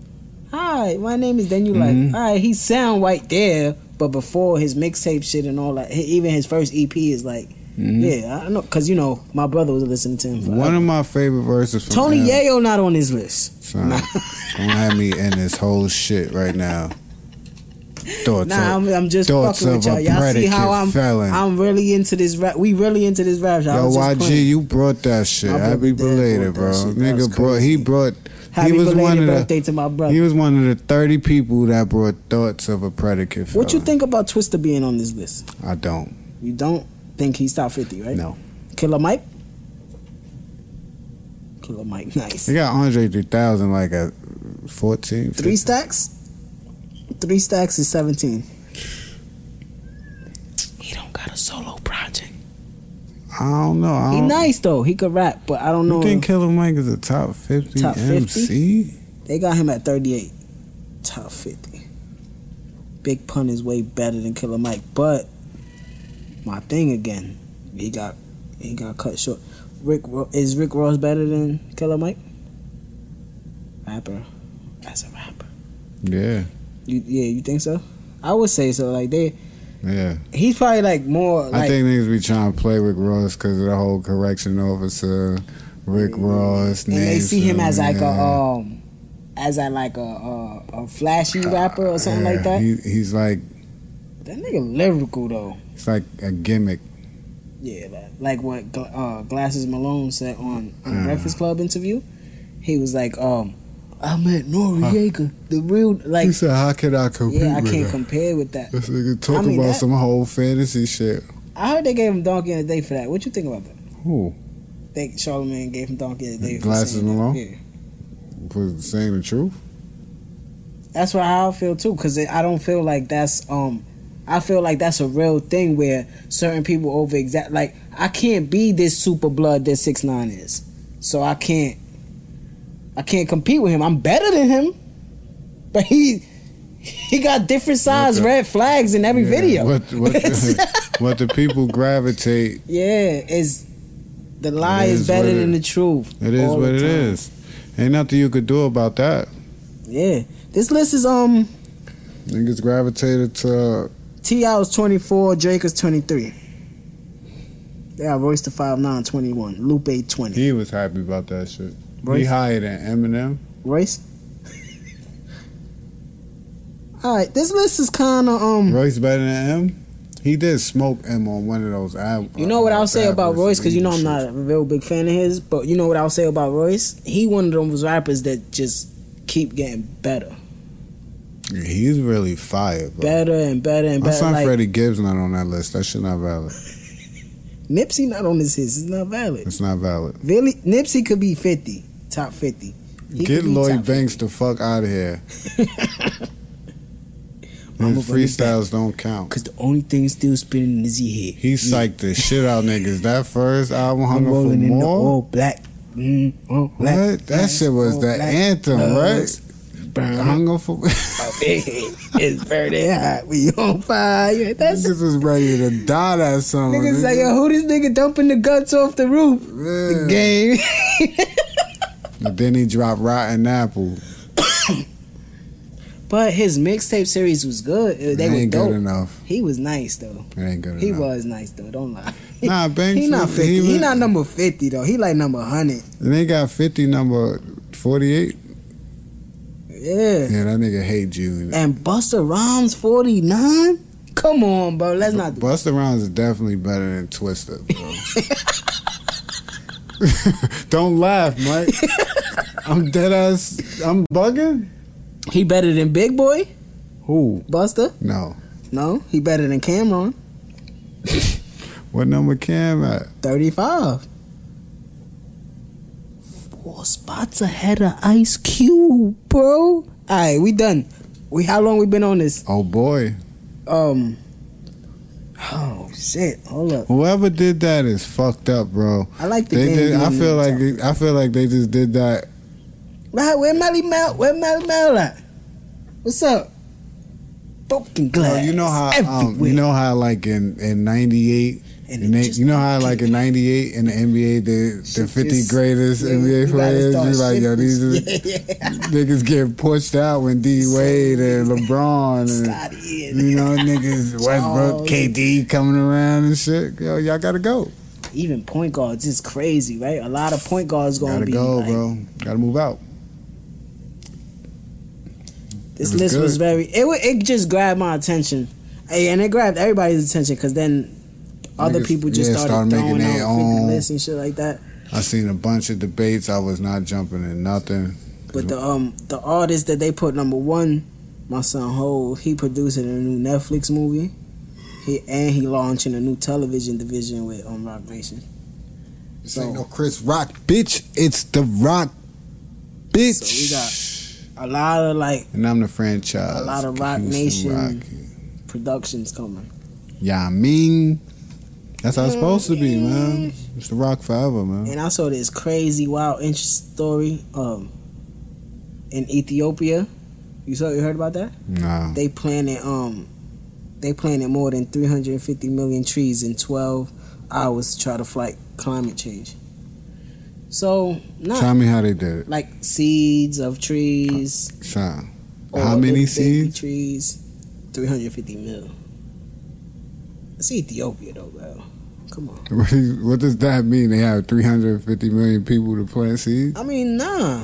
B: hi, my name is. Then you
C: Mhm.
B: like, all right, he sound white there, but before his mixtape shit and all that, he- even his first EP is like,
C: Mhm.
B: yeah, I know, cause you know my brother was listening to him. forever.
C: Mm-hmm. One of my favorite verses from
B: Tony
C: him,
B: Yayo not on his list.
C: son. Don't have me in this whole shit right now. Thoughts
B: Nah,
C: of,
B: I'm, I'm just
C: thoughts
B: fucking with
C: of
B: y'all.
C: a
B: Y'all see
C: predicate
B: how I'm?
C: felon.
B: I'm really into this rap. We really into this rap. shit. I
C: Yo,
B: was just
C: YG,
B: playing.
C: you brought that shit.
B: My
C: Happy
B: brother dad
C: belated, bro.
B: brought that shit. That was
C: Nigga brought. He
B: crazy.
C: brought.
B: Happy
C: he was
B: belated
C: one of the.
B: birthday to my brother.
C: He was one of the thirty people that brought thoughts of a predicate.
B: what you
C: Felon.
B: think about Twista being on this list?
C: I don't.
B: You don't think he's top fifty, right?
C: No.
B: Killer Mike. Killer Mike, nice.
C: They got Andre three thousand like a fourteen.
B: Three
C: 15.
B: stacks. Three stacks is seventeen. He don't got a solo project.
C: I don't know. I
B: He
C: don't,
B: nice though. He could rap, but I don't
C: Um, you
B: know.
C: think Killer Mike is a top fifty
B: Top 50?
C: MC?
B: They got him at 38, top 50. Big Pun is way better than Killer Mike, but my thing again, he got he got cut short. Rick Ro- is Rick Ross better than Killer Mike? Rapper, as a rapper,
C: Yeah,
B: you, yeah, you think so? I would say so. Like they,
C: yeah.
B: he's probably like more like
C: I think niggas be trying to play Rick Ross because of the whole correction officer, Rick Ross.
B: Mm, and they see him as like a
C: yeah.
B: um, as a like a a, a flashy rapper or something like
C: Yeah,
B: that.
C: He, he's like
B: that nigga lyrical though.
C: it's like a gimmick.
B: Yeah, like, like what Gla- uh, Glasses Malone said on, on the
C: Yeah.
B: Breakfast Club interview. He was like, um, I met Noriega, the real like.
C: he said, "How can I compete
B: Yeah, I
C: with
B: can't
C: that?"
B: compare with that.
C: This nigga talk
B: I mean,
C: about
B: that-
C: some whole fantasy shit.
B: I heard they gave him Donkey of the Day for that. What you think about that?
C: Who
B: Think Charlamagne gave him Donkey of the Day. For
C: Glasses
B: saying that.
C: Malone?
B: Yeah,
C: was saying the truth?
B: that's what I feel too. Cause it, I don't feel like that's um, I feel like that's a real thing where certain people over exact. Like I can't be this super blood that six nine is, so I can't. I can't compete with him. I'm better than him, but he he got different size
C: the-
B: red flags in every
C: Yeah,
B: video.
C: What what the, what the people gravitate?
B: yeah, is the lie
C: It
B: is,
C: is
B: better
C: what it-
B: than the truth.
C: It is
B: all
C: what
B: the
C: it
B: time.
C: is. Ain't nothing you could do about that.
B: Yeah, this list is um
C: Niggas gravitated to
B: Ti is 24, Drake is 23. They got Royce the 5'9, 21, Lupe 20.
C: he was happy about that shit. He
B: Royce?
C: higher than Eminem.
B: Royce? Alright, this list is kinda um
C: Royce better than M. He did smoke M on one of those uh, albums.
B: you know what I'll say about Royce, because you know I'm not a real big fan of his, but you know what I'll say about Royce? He one of those rappers that just keep getting better.
C: He's really fire, bro.
B: Better and better and
C: My
B: better.
C: son
B: Like,
C: Freddie Gibbs not on that list. That shit not valid.
B: Nipsey not on this list. It's not valid.
C: It's not valid.
B: Really Nipsey could be fifty, top fifty. He could
C: Mm. Get
B: be top
C: Lloyd Banks the fuck out of here.
B: I'ma
C: His
B: bring it back.
C: freestyles don't count.
B: Cause the only thing still spinning is he here.
C: He psyched the shit out niggas. That first album hung
B: I'm
C: up for
B: rolling in the
C: more.
B: all black. Mm, all black.
C: What? That shit was
B: all
C: the
B: black
C: anthem,
B: gloves. Burn
C: Hung up for
B: my big head. It's very hot. We on fire. That's
C: niggas was ready to die that summer.
B: niggas like,
C: nigga.
B: yo, who this nigga dumping the guts off the roof?
C: Yeah.
B: Game.
C: And then he dropped Rotten Apple.
B: But his mixtape series was good. Uh,
C: It
B: They were
C: ain't
B: dope.
C: good enough.
B: He was nice though.
C: It ain't good
B: He
C: enough.
B: was nice though. Don't lie.
C: Nah, Banks
B: He not
C: was-
B: fifty. He,
C: he was-
B: not number fifty though. He like number hundred.
C: And they got 50 number 48.
B: Yeah.
C: Yeah, that nigga hate you.
B: And Buster Rhymes forty nine. Come on, bro. Let's not do
C: Busta Rhymes is definitely better than Twista, bro. Don't laugh, Mike. I'm dead ass. I'm bugging?
B: He better than Big Boy,
C: Who?
B: Buster.
C: No.
B: No, he better than Cameron.
C: What number Cam at?
B: Thirty-five. four spots ahead of Ice Cube, bro. All right, we done. We how long we been on this?
C: Oh boy,
B: Um. Oh shit! Hold up.
C: whoever did that is fucked up, bro.
B: I like the
C: They
B: game.
C: did. I
B: being
C: feel
B: in the
C: like
B: top.
C: they, I feel like they just did that.
B: Right, where Melly Mel? Where Melly Mel at? What's up? Broken glass.
C: Bro, Oh, you know how um,
B: everywhere.
C: you know how like in in '98.
B: And
C: And
B: it
C: they,
B: just
C: you know how
B: don't
C: like
B: click.
C: in '98 in the NBA, the the
B: Shit
C: 50
B: just-
C: greatest
B: yeah, you
C: NBA
B: gotta
C: players,
B: start
C: you like yo, these
B: shifting.
C: is,
B: Yeah,
C: niggas get pushed out when D Wade and LeBron and
B: Scotty and-
C: you know niggas Westbrook,
B: Charles.
C: KD coming around and shit. Yo, y'all gotta go,
B: Even point guards is crazy, right? A lot of point guards gonna
C: gotta
B: be
C: go,
B: like,
C: bro. Gotta move out.
B: This
C: It was
B: list was
C: good.
B: very. It wa- it just grabbed my attention, Hey, and it grabbed everybody's attention because then other
C: Niggas-
B: people just
C: yeah,
B: started
C: started making
B: throwing out
C: their
B: freaking
C: own-
B: lists and shit like that.
C: I seen a bunch of debates. I was not jumping in nothing.
B: But the um the artist that they put number one, my son Ho, he producing a new Netflix movie. He and he launching a new television division with um Rock Nation.
C: This
B: So-
C: ain't no Chris Rock, bitch. It's the Rock, bitch.
B: So A lot of like
C: and I'm the franchise.
B: A lot of Roc Nation. productions coming.
C: Yeah, I mean, that's how it's supposed to
B: Mm,
C: be, man. It's the Rock forever, man.
B: And I saw this crazy wild interest story um in Ethiopia. You saw you heard about that?
C: Nah,
B: They planted um they planted more than 350 million trees in 12 hours to try to fight climate change. So, not
C: tell me how they did it.
B: like seeds of trees.
C: Son.
B: or
C: How many
B: little baby
C: seeds?
B: Trees, three hundred fifty mil. It's Ethiopia though, bro. Come on.
C: What, is, what does that mean? They have 350 million people to plant seeds?
B: I mean, nah.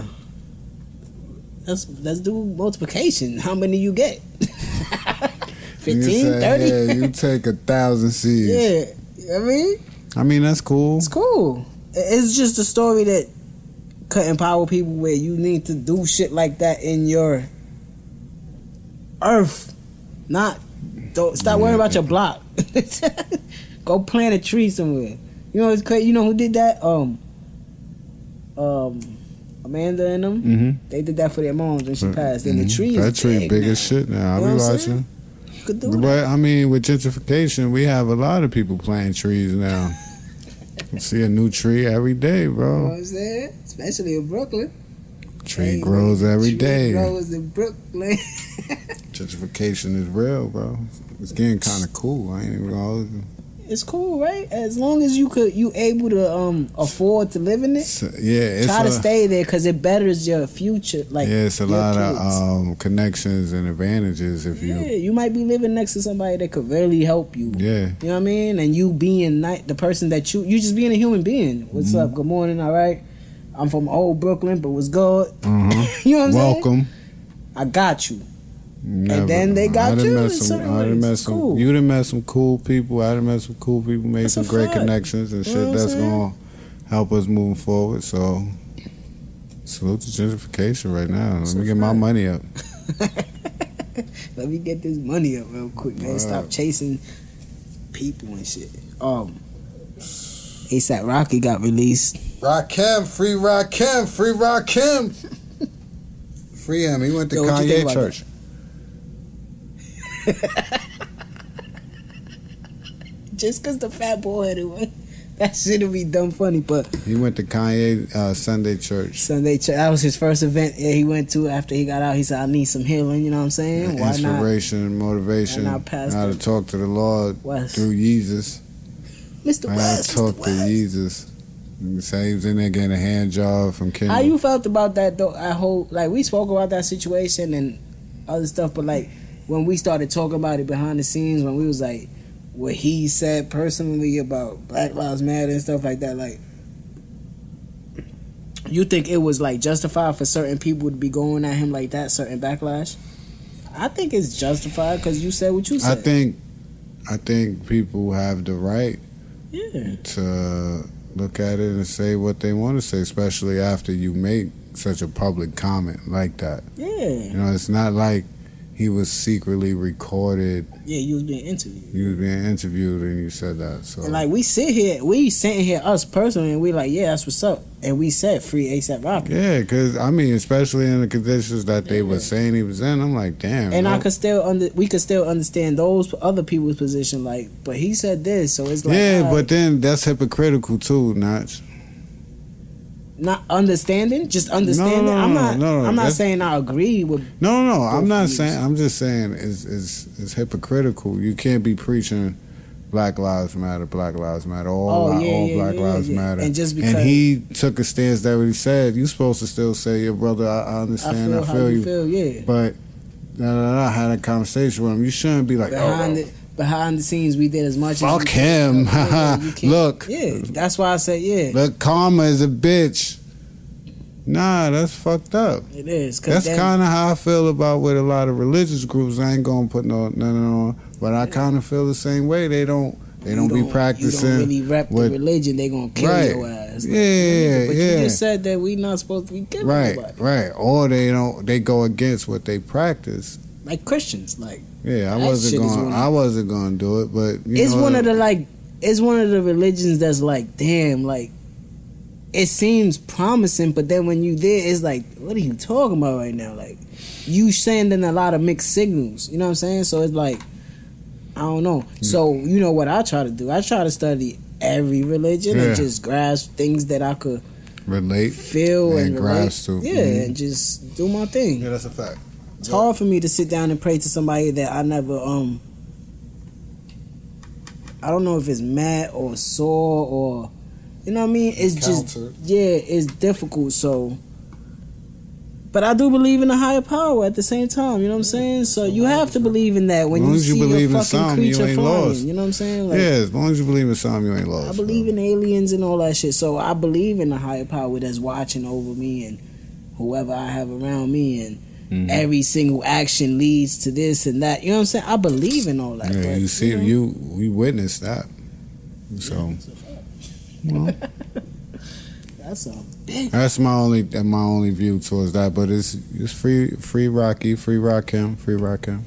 B: Let's let's do multiplication. How many you get?
C: You
B: 15,
C: say,
B: 30?
C: Yeah, you take a thousand seeds.
B: yeah. I mean,
C: I mean, that's cool.
B: it's cool. I- It's just a story that could empower people where you need to do shit like that in your earth. Not don't stop worrying about your block. Go plant a tree somewhere. You know it's crazy. You know who did that? Um, um, Amanda and them.
C: Mm-hmm.
B: They did that for their moms when she passed. And the tree is
C: that tree
B: big
C: big
B: now.
C: as shit now. I
B: You know
C: be
B: what I'm
C: watching.
B: You could do that.
C: But I mean, with gentrification, we have a lot of people planting trees now. See a new tree every day,
B: You know
C: bro.
B: what I'm saying? Especially in Brooklyn.
C: Tree
B: Hey,
C: grows every
B: tree
C: day.
B: Grows in Brooklyn.
C: Gentrification is real, bro. It's getting kind of cool. I ain't even gonna. hold you.
B: it's cool, right? As long as you could, you able to um afford to live in it.
C: So, yeah, it's
B: Try
C: a,
B: to stay there because it betters your future. Like
C: yeah, it's a
B: your
C: lot of
B: kids.
C: um, connections and advantages if
B: yeah,
C: you.
B: you might be living next to somebody that could really help you.
C: Yeah,
B: You know what I mean? And you being not the person that you you just being a human being. What's
C: Mm-hmm.
B: up? Good morning. All right. I'm from old Brooklyn, but what's good?
C: Mhm.
B: you know what I'm saying?
C: welcome.
B: I got you.
C: Never.
B: then they got
C: I done
B: you
C: Met
B: in
C: some,
B: certain
C: I done
B: ways.
C: met
B: It's
C: some.
B: cool.
C: You done met some cool people. I done met some cool people. Made
B: That's
C: some
B: a
C: great
B: fact.
C: connections and
B: You
C: shit.
B: know what I'm
C: that's
B: saying?
C: gonna help us moving forward. So, salute to gentrification right now. Let
B: That's
C: me
B: a
C: get my
B: fact.
C: money up.
B: Let me get this money up real quick, man.
C: Wow.
B: Stop chasing people and shit. Um, ASAP Rocky got released.
C: Rakim, free Rakim, free Rakim. free him. He went to
B: Yo, what you think
C: Kanye
B: about
C: Church.
B: Just cause the fat boy had it, man. that shit'll be dumb funny. But
C: He went to Kanye uh, Sunday Church.
B: Sunday, ch- that was his first event that he went to after he got out. He said, "I need some healing." You know what I'm saying? Why not,
C: Inspiration, motivation.
B: why not pastor?
C: How to talk to the Lord
B: West?
C: through Jesus.
B: Mr.
C: I how to
B: West,
C: talk
B: Mr.
C: to
B: West.
C: Jesus. You Say he was in there getting a hand job from Kendall.
B: How you felt about that though? I hope like we spoke about that situation and other stuff, but like when we started talking about it behind the scenes, when we was like what he said personally about Black Lives Matter and stuff like that, like you think it was like justified for certain people to be going at him like that, certain backlash? I think it's justified because you said what you
C: I
B: said.
C: think, I think people have the right
B: yeah,
C: to look at it and say what they want to say, especially after you make such a public comment like that.
B: yeah.
C: You know, it's not like he was secretly recorded.
B: Yeah, you was being interviewed.
C: You was being interviewed, and you said that. So
B: And like we sit here, we sitting here us personally, and we like, yeah, that's what's up. And we said free ASAP Rocky.
C: yeah, because I mean, especially in the conditions that they were saying he was in, I'm like, damn.
B: And I
C: no-
B: could still under we could still understand those other people's position, like, but he said this, so it's like uh,
C: yeah,
B: all right,
C: but then that's hypocritical too, Notch.
B: not understanding, just understanding.
C: no,
B: I'm not
C: no, no,
B: I'm not
C: that's-
B: saying I agree with
C: No, no, I'm not
B: views.
C: saying. I'm just saying it's, it's it's hypocritical. You can't be preaching Black Lives Matter, Black Lives Matter, all,
B: Oh,
C: li-
B: yeah,
C: all
B: yeah,
C: Black
B: yeah,
C: Lives
B: yeah.
C: Matter.
B: And just because-
C: he took a stance that what he said, you supposed to still say, "Your brother, I, I
B: I
C: understand,
B: feel
C: I feel,
B: how you,
C: you,"
B: feel, yeah.
C: but. Nah, nah, nah, I had a conversation with him. You shouldn't be like,
B: Behind
C: oh,
B: the behind the scenes we did as much as
C: fuck
B: we-
C: him.
B: Yeah, you can't-
C: Look,
B: Yeah, that's why I said yeah.
C: look, karma is a bitch. Nah, that's fucked up.
B: It is. 'cause
C: That's
B: that-
C: kind of how I feel about with a lot of religious groups. I ain't gonna put no no no, no but I kind of feel the same way. They don't they
B: you
C: don't,
B: you
C: be practicing.
B: really rep
C: what-
B: the religion. They gonna kill
C: Right.
B: your ass.
C: Yeah, yeah,
B: but
C: yeah.
B: you just said that we not supposed to be killing
C: right,
B: nobody.
C: right. Or they don't they go against what they practice.
B: like Christians. Like
C: Yeah,
B: That
C: I
B: shit
C: wasn't
B: is
C: going.
B: one of-
C: I wasn't going to do it, but you
B: it's
C: know,
B: one of the like it's one of the religions that's like damn like it seems promising, but then when you there, it's like what are you talking about right now? Like you sending a lot of mixed signals. You know what I'm saying? So it's like I don't know.
C: Hmm.
B: So you know what I try to do? I try to study every religion
C: Yeah.
B: and just grasp things that I could
C: relate.
B: feel
C: And
B: and, relate.
C: grasp to.
B: Yeah,
C: Mhm.
B: and just do my thing.
C: Yeah, that's a fact.
B: It's hard for me to sit down and pray to somebody that I never um I don't know if it's mad or sore or you know what I mean? It's just
C: Encountered.
B: yeah, it's difficult so but I do believe in a higher power at the same time, you know what I'm saying? So you have to believe in that when
C: As long
B: you
C: as you
B: see
C: believe in
B: your fucking
C: something, you
B: creature
C: ain't
B: flying,
C: lost.
B: you know what I'm saying? Like
C: yeah, as long as you believe in something, you ain't lost.
B: I believe in aliens and all that shit. So I believe in a higher power that's watching over me and whoever I have around me and
C: Mm-hmm.
B: every single action leads to this and that. You know what I'm saying? I believe in all that.
C: Yeah,
B: but,
C: you see,
B: know,
C: you we witnessed that. So
B: that's all.
C: That's my only my only view towards that, but it's it's free free Rocky, free Rock him, free Rock him.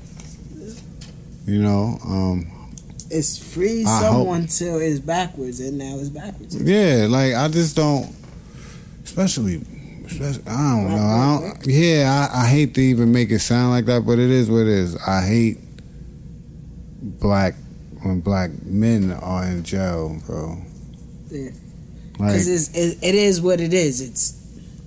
C: You know, um,
B: It's free
C: I hope-
B: someone till it's backwards and now it's backwards.
C: yeah, like I just don't, especially, especially I don't know, I don't, yeah, I, I hate to even make it sound like that, but it is what it is. I hate black when black men are in jail, bro.
B: Yeah.
C: Like
B: Because it's it, it is what it is. It's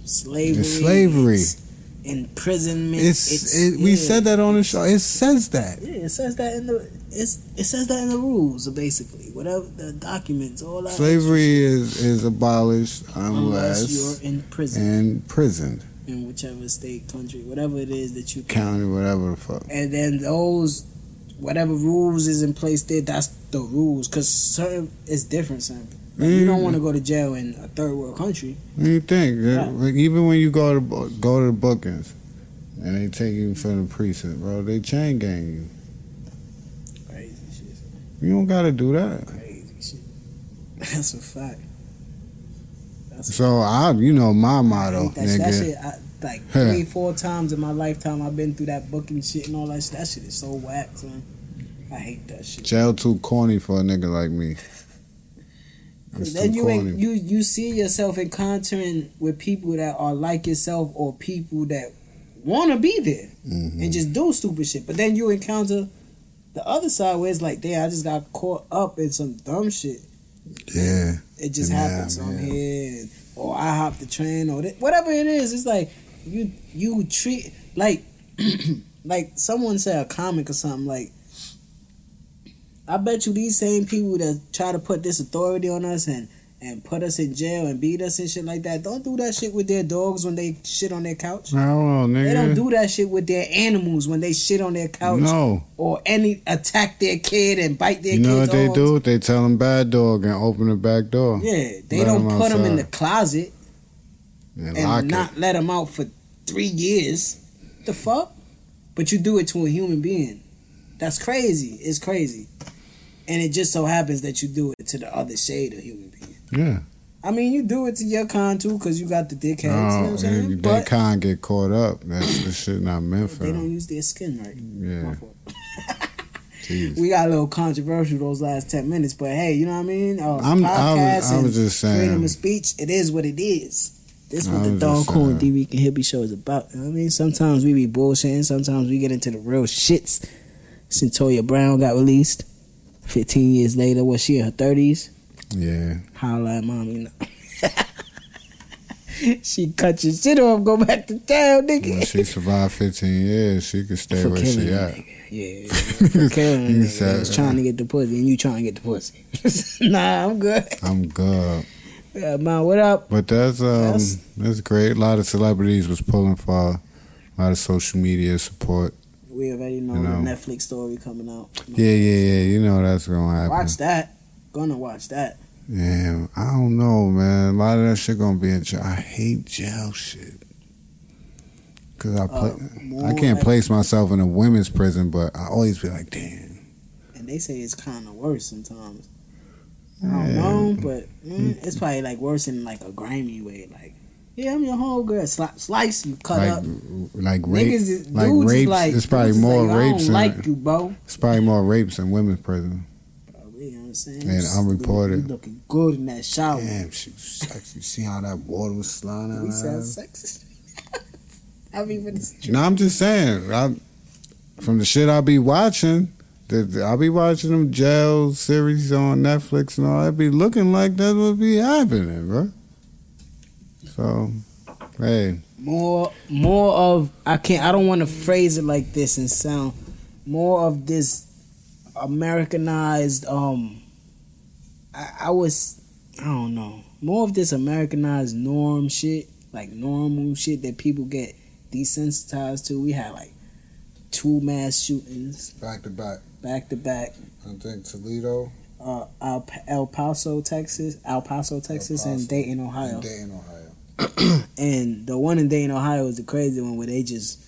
B: slavery.
C: It's slavery.
B: It's imprisonment.
C: it's, it, we
B: yeah.
C: said that on the show. It says that.
B: Yeah, it says that in the it's it says that in the rules basically. Whatever the documents, all that.
C: Slavery is is abolished
B: unless,
C: unless
B: you're in prison
C: and prison,
B: in whichever state, country, whatever it is that you count.
C: county, whatever the fuck.
B: And then those whatever rules is in place there, that's the rules. Cause certain it's different. Son. Like, You don't
C: Mm.
B: want to go to jail in a third world country.
C: What do you think?
B: Yeah.
C: Like, Even when you go to bu- go to the bookings and they take you from the precinct, bro, they chain gang you.
B: Crazy shit.
C: You don't gotta do that.
B: Crazy shit. That's a fact. That's a
C: So I, you know, my
B: I
C: motto,
B: hate that, shit. that
C: nigga.
B: shit, I, like
C: Huh.
B: three, four times in my lifetime, I've been through that booking shit and all that shit. That shit is so whack, son. I hate that shit.
C: Jail too corny for a nigga like me.
B: Cause
C: It's too
B: then you
C: corny.
B: ain't, you you see yourself encountering with people that are like yourself or people that want to be there
C: Mhm.
B: and just do stupid shit. But then you encounter the other side where it's like, damn, I just got caught up in some dumb shit.
C: yeah,
B: It just
C: Nah,
B: happened. So I'm
C: man.
B: here, and- or I hopped the train, or th- whatever it is. It's like you you treat like like someone said a comic or something like. I bet you these same people that try to put this authority on us and and put us in jail and beat us and shit like that don't do that shit with their dogs when they shit on their couch.
C: I don't know, nigga.
B: They don't do that shit with their animals when they shit on their couch
C: No,
B: or any attack their kid and bite their
C: you
B: kids.
C: know what they
B: arms.
C: do? They tell them bad dog and open the back door
B: Yeah, they
C: Let
B: don't
C: 'em
B: put them in the
C: outside.
B: closet.
C: and,
B: and
C: lock
B: not let him out for three years. The fuck? But you do it to a human being. That's crazy. It's crazy. And it just so happens that you do it to the other shade of human being.
C: it. Yeah,
B: I mean, you do it to your con too, cause you got the dickheads. you know what I'm
C: No,
B: saying?
C: and Oh, they
B: but
C: can't get caught up. That's the shit not meant for
B: they don't
C: them.
B: use their skin right. My
C: Yeah,
B: fault.
C: jeez.
B: We got a little controversial those last ten minutes, but hey, you know what I mean? Uh,
C: I'm- I was- I
B: and
C: was just saying.
B: freedom of speech. It is what it is. This is
C: I
B: what the
C: was
B: Don
C: just
B: Cool and D
C: saying.
B: Week and Hippie Show is about. You know what I mean, sometimes we be bullshitting. Sometimes we get into the real shits. Centoya Brown got released. Fifteen years later, was she in her thirties?
C: Yeah,
B: Holla at mommy. No. she cut your shit off. Go back to town, nigga.
C: when she survived 15 years, she could stay
B: For
C: where
B: killing
C: she
B: a
C: at.
B: nigga. Yeah, for killing a
C: You
B: nigga.
C: said uh,
B: Just
C: that.
B: trying to get the pussy, and you trying to get the pussy. nah, I'm good.
C: I'm good.
B: Yeah, man, what up?
C: But that's um
B: That's-
C: that's, great. A lot of celebrities was pulling for a lot of social media support.
B: We already know,
C: You know.
B: the Netflix story coming out.
C: Yeah, yeah, yeah. You know that's gonna happen.
B: Watch that. Gonna watch that.
C: Yeah, I don't know, man. A lot of that shit gonna be in jail. I hate jail shit. Cause I
B: Uh,
C: pla- I
B: more
C: can't
B: like-
C: place myself in a women's prison, but I always be like, damn.
B: And they say it's kind of worse sometimes. I
C: Yeah.
B: don't know, but mm, it's probably like worse in like a grimy way. Like, yeah, I'm your whole girl. Sli- slice you, cut
C: Like,
B: up.
C: like rape,
B: Niggas is
C: like
B: dudes is
C: rapes.
B: like
C: it's probably
B: dudes is
C: more
B: like, yo,
C: rapes.
B: I
C: In,
B: don't like you, bro.
C: It's probably more rapes in women's prison.
B: Probably, you know what I'm saying?
C: And
B: Just
C: I'm
B: look-
C: reported.
B: you looking good in that shower.
C: Damn, she was sexy. You see how that water was sliding? out
B: We
C: of her?
B: sound sexist. I mean, but it's
C: No, I'm just saying. I, from the shit I be watching, the, the- I be watching them jail series on Netflix and all. I be looking like that would be happening, bro. So, hey,
B: more, more of I can't. I don't want to phrase it like this and sound more of this Americanized. Um, I, I was, I don't know, more of this Americanized norm shit, like normal shit that people get desensitized to. We had like two mass shootings
C: back to back.
B: back to back.
C: I think Toledo,
B: Uh, El El Paso, Texas, El Paso, Texas,
C: Paso.
B: and Dayton, Ohio.
C: Dayton, Ohio.
B: And the one in Dayton, Ohio is the crazy one where they just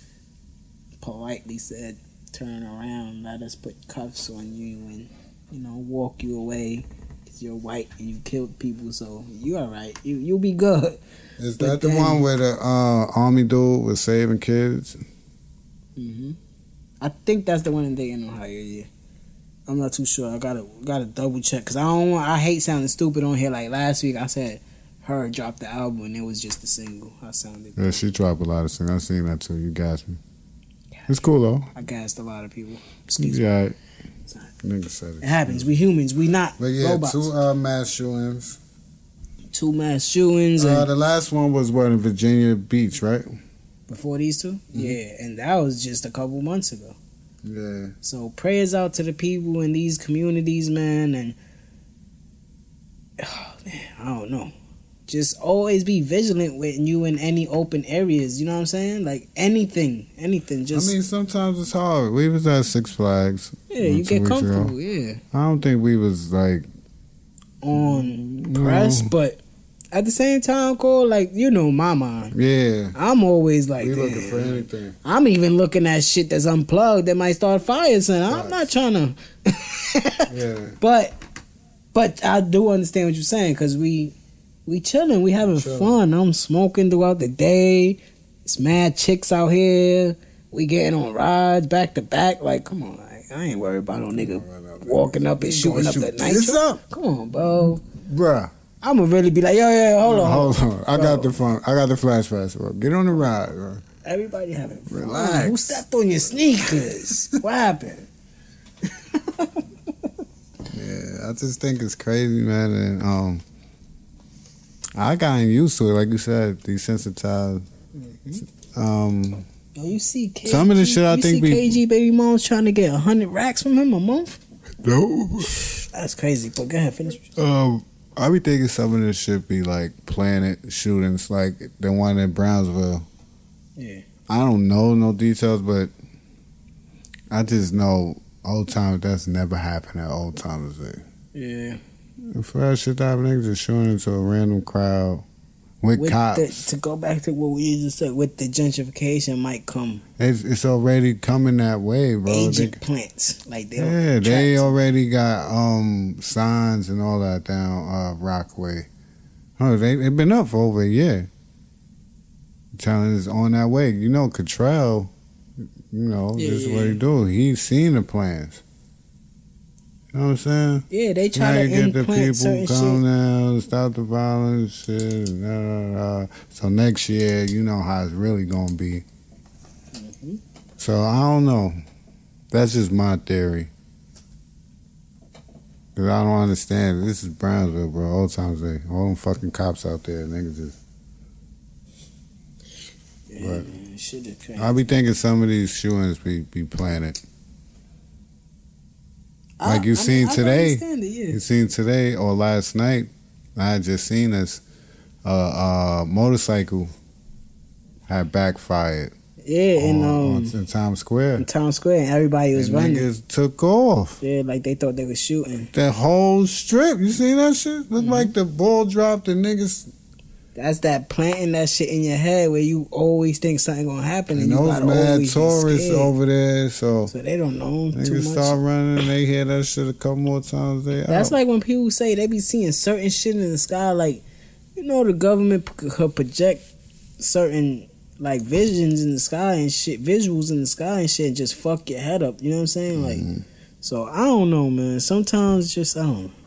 B: politely said, turn around, let us put cuffs on you and, you know, walk you away. 'cause You're white and you killed people, so you all right. You you'll be good.
C: Is
B: But
C: that the
B: then-
C: one where the uh, army dude was saving kids?
B: hmm I think that's the one in Dayton, Ohio. Yeah, I'm not too sure. I gotta gotta double check because I don't. Want, I hate sounding stupid on here. Like last week, I said her dropped the album and it was just a single. I sounded.
C: Yeah, she dropped a lot of things. I seen that too. You got me. It's cool though.
B: I gassed a lot of people. Excuse me.
C: Yeah, nigga said
B: It happens. We humans. We not
C: But yeah,
B: robots.
C: two uh, mass shootings.
B: two mass shootings
C: Uh,
B: and
C: the last one was what in Virginia Beach, right?
B: before these 2
C: mm-hmm.
B: Yeah, and that was just a couple months ago.
C: Yeah.
B: So prayers out to the people in these communities, man, and oh, man, I don't know. Just always be vigilant when you in any open areas. You know what I'm saying? Like anything, anything. Just
C: I mean, sometimes it's hard. We was at Six Flags.
B: yeah, you
C: two
B: get
C: weeks ago.
B: comfortable. Yeah,
C: I don't think we was like Mm-hmm.
B: on press, but at the same time, Cole, like you know my mind.
C: yeah.
B: I'm always like,
C: we looking
B: "Damn."
C: for anything.
B: I'm even looking at shit that's unplugged that might start fires, and I'm not trying to.
C: Yeah.
B: But, but I do understand what you're saying because we, we chilling, we having
C: Chilling.
B: fun. I'm smoking throughout the day. It's mad chicks out here. We getting on rides back to back. Like, come on, like, I ain't worried about no nigga walking up and shooting up
C: shoot
B: that
C: this
B: nitro.
C: up.
B: Come on, bro.
C: Bruh.
B: I'ma really be like, yo, yo, hold on.
C: Hold on. I got the phone. I got the flash passport. Get on the ride, bro.
B: Everybody having fun.
C: Relax.
B: Who stepped on your sneakers? what happened?
C: Yeah. I just think it's crazy, man. And um I gotten used to it, like you said, desensitized.
B: Mm-hmm.
C: Um
B: Yo, you see KG,
C: Some of the shit I
B: you
C: think
B: see
C: we-
B: KG baby mom's trying to get hundred racks from him a month.
C: No.
B: That's crazy. But go ahead, finish.
C: Um, I be thinking some of this should be like planet shootings, like the one in Brownsville.
B: Yeah.
C: I don't know no details, but I just know old times. That's never happened at old times. Like,
B: Yeah,
C: for that shit to happen, niggas just shooting into a random crowd with,
B: with
C: cops.
B: The, to go back to what we just said, with the gentrification might come
C: it's, it's already coming that way, bro. They-
B: agent plants. Like they
C: yeah, they already got um signs and all that down uh, Rockaway. Oh, they they've been up for over a year. Talent is on that way. You know, Cottrell, you know,
B: Yeah,
C: this is
B: yeah,
C: what he
B: yeah.
C: do. He's seen the plans. You know what I'm saying?
B: Yeah, they
C: Now
B: try
C: you
B: to
C: get the
B: implant
C: people
B: certain
C: calm
B: shit.
C: down, stop the violence, shit, da, da, da. So next year, you know how it's really gonna be.
B: Mm-hmm.
C: So I don't know. That's just my theory. Cause I don't understand. This is Brownsville, bro. All times they, all them fucking cops out there, niggas. Just,
B: Yeah,
C: Right.
B: man, shit is crazy.
C: I be thinking some of these shootings be be planted.
B: I-
C: like you
B: I mean,
C: seen
B: I can
C: today.
B: understand it, yeah.
C: You seen today or last night? I had just seen this uh, uh, motorcycle had backfired
B: Yeah, in
C: on-
B: um
C: on- in Times Square.
B: in Town Square, and everybody was
C: And
B: running.
C: niggas took off
B: Yeah, like they thought they was shooting.
C: the whole strip. You seen that shit? Looked
B: Mm-hmm.
C: like the ball dropped and niggas.
B: That's that planting that shit in your head where you always think something gonna happen, and,
C: And
B: you
C: those
B: gotta
C: mad
B: always be
C: tourists
B: scared.
C: over there. So
B: So they don't know too
C: niggas
B: much.
C: start running. They hear that shit a couple more times. They
B: That's
C: out.
B: like when people say they be seeing certain shit in the sky, like you know the government p- could project certain like visions in the sky and shit, visuals in the sky and shit, and just fuck your head up. You know what I'm saying? Like,
C: Mm-hmm.
B: so I don't know, man. Sometimes just I don't. know.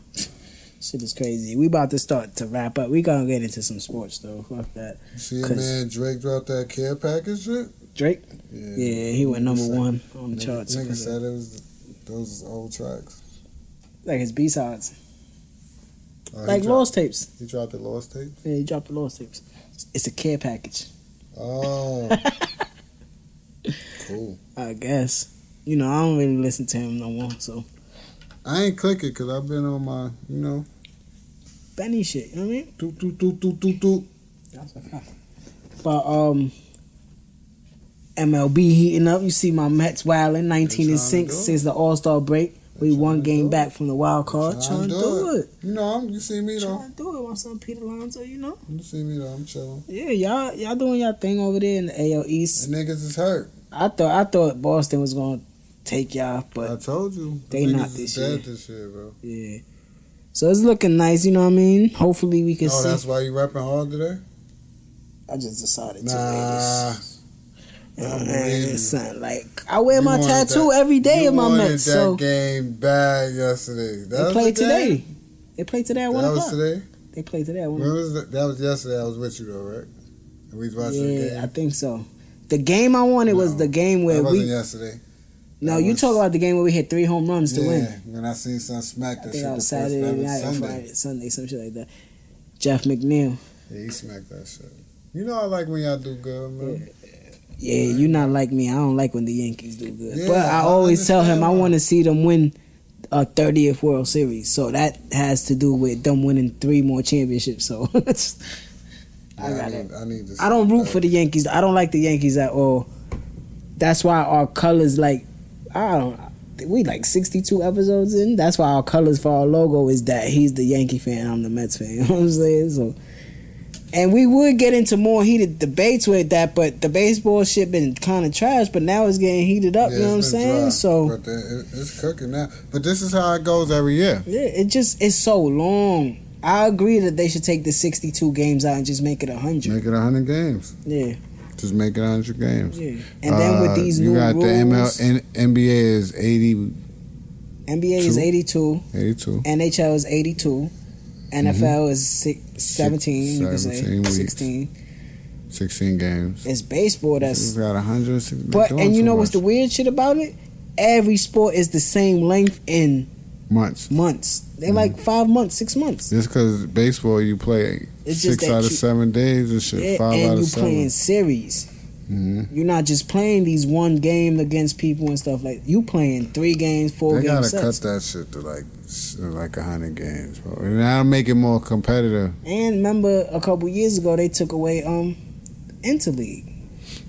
B: Shit is crazy. We about to start to wrap up. We gonna get into some sports though. Fuck that.
C: see,
B: Cause-
C: man, Drake dropped that care package shit.
B: Drake.
C: Yeah,
B: Yeah, he went number
C: Nigga
B: one on the
C: said-
B: charts.
C: Nigga
B: because of-
C: said it was those old tracks.
B: Like his B sides,
C: Uh, he
B: like
C: dropped-
B: lost tapes.
C: He dropped the lost tape.
B: Yeah, he dropped the lost tapes. It's a care package.
C: Oh. cool.
B: I guess. You know, I don't really listen to him no more. So
C: I ain't click it because I've been on my, you know,
B: Benny shit, you know what I mean?
C: doot, doot, doot, doot, doot, doot.
B: That's a fact. But um MLB heating up. You see my Mets wilding, nineteen and
C: trying to
B: six
C: do it.
B: since the All Star break. We
C: trying
B: one
C: to do
B: game
C: it.
B: back from the wild card. Trying
C: Trying to
B: to
C: do
B: do it.
C: You know, I'm, you see me though.
B: Trying to do it. My son Peter Alonso, you know.
C: You see me though. I'm chilling.
B: Yeah, y'all y'all doing y'all thing over there in the AL
C: The
B: East.
C: niggas is hurt.
B: I thought I thought Boston was gonna take y'all, but
C: I told you. The
B: They
C: niggas
B: not
C: is
B: this
C: dead
B: year.
C: this year, bro.
B: yeah. So it's looking nice, you know what I mean? Hopefully we can
C: oh,
B: see.
C: that's why you rapping hard today?
B: I just decided to.
C: Nah.
B: Vegas. Yeah,
C: Oh,
B: man,
C: man.
B: son, like I wear
C: You
B: my
C: wanted
B: tattoo
C: that-
B: every day
C: you
B: in my
C: wanted
B: Mets,
C: that
B: so
C: game bad yesterday. That
B: they
C: was
B: play
C: the game?
B: today. They play today at one
C: That was
B: o'clock.
C: today.
B: They play today at one.
C: When
B: o'clock.
C: was that? that was yesterday. I was with you though, right? And we was watching the
B: Yeah,
C: game.
B: I think so. The game I wanted was
C: No,
B: the game where
C: that wasn't
B: we.
C: yesterday.
B: no,
C: that
B: you
C: was-
B: talk about the game where we hit three home runs to win.
C: When I seen some smack
B: I
C: that
B: think
C: shit
B: that
C: the
B: was
C: first
B: Saturday
C: that was
B: night or
C: Sunday.
B: Friday, Sunday, some shit like that. Jeff McNeil.
C: Yeah, he smacked that shit. You know I like when y'all do good, man.
B: Yeah, you not like me. I don't like when the Yankees do good.
C: Yeah,
B: but I
C: I
B: always tell him I
C: understand
B: want to see them win a 30th World Series. So that has to do with them winning three more championships. So it's- I
C: Yeah,
B: got it.
C: need, I need to
B: I don't
C: see
B: root
C: that.
B: for the Yankees. I don't like the Yankees at all. That's why our colors like I don't we like 62 episodes in. That's why our colors for our logo is that he's the Yankee fan, I'm the Mets fan. You know what I'm saying? So and we would get into more heated debates with that, but the baseball shit been kind of trash, but now it's getting heated up,
C: Yeah,
B: you know what I'm
C: it's been
B: saying?
C: dry,
B: So
C: but the- it- it's cooking now. But this is how it goes every year.
B: Yeah, it just it's so long. I agree that they should take the 62 games out and just make it 100.
C: Make it hundred games.
B: Yeah,
C: Just make it hundred games.
B: yeah. And then
C: Uh,
B: with these
C: you
B: new
C: got
B: rules,
C: the ML, N- NBA is 80,
B: NBA is
C: Two.
B: 82,
C: 82.
B: NHL is 82, NFL is six, 17, you could say
C: 17 Mm-hmm. weeks.
B: 16.
C: 16 games.
B: It's baseball that's
C: We got 160.
B: but and you know what's the weird shit about it? Every sport is the same length in
C: months?
B: months. They
C: Mm-hmm.
B: like 5 months, 6 months.
C: Just because baseball, you play
B: It's just
C: six
B: that
C: out of
B: you-
C: seven days and shit,
B: Yeah,
C: five out
B: and
C: of
B: you
C: 7
B: playing series.
C: Mhm.
B: You're not just playing these one game against people and stuff like you playing three games, four
C: They
B: game
C: gotta
B: sets,
C: cut that shit to like s- like hundred games, bro. And that'll make it more competitive.
B: And remember, a couple years ago, they took away um interleague.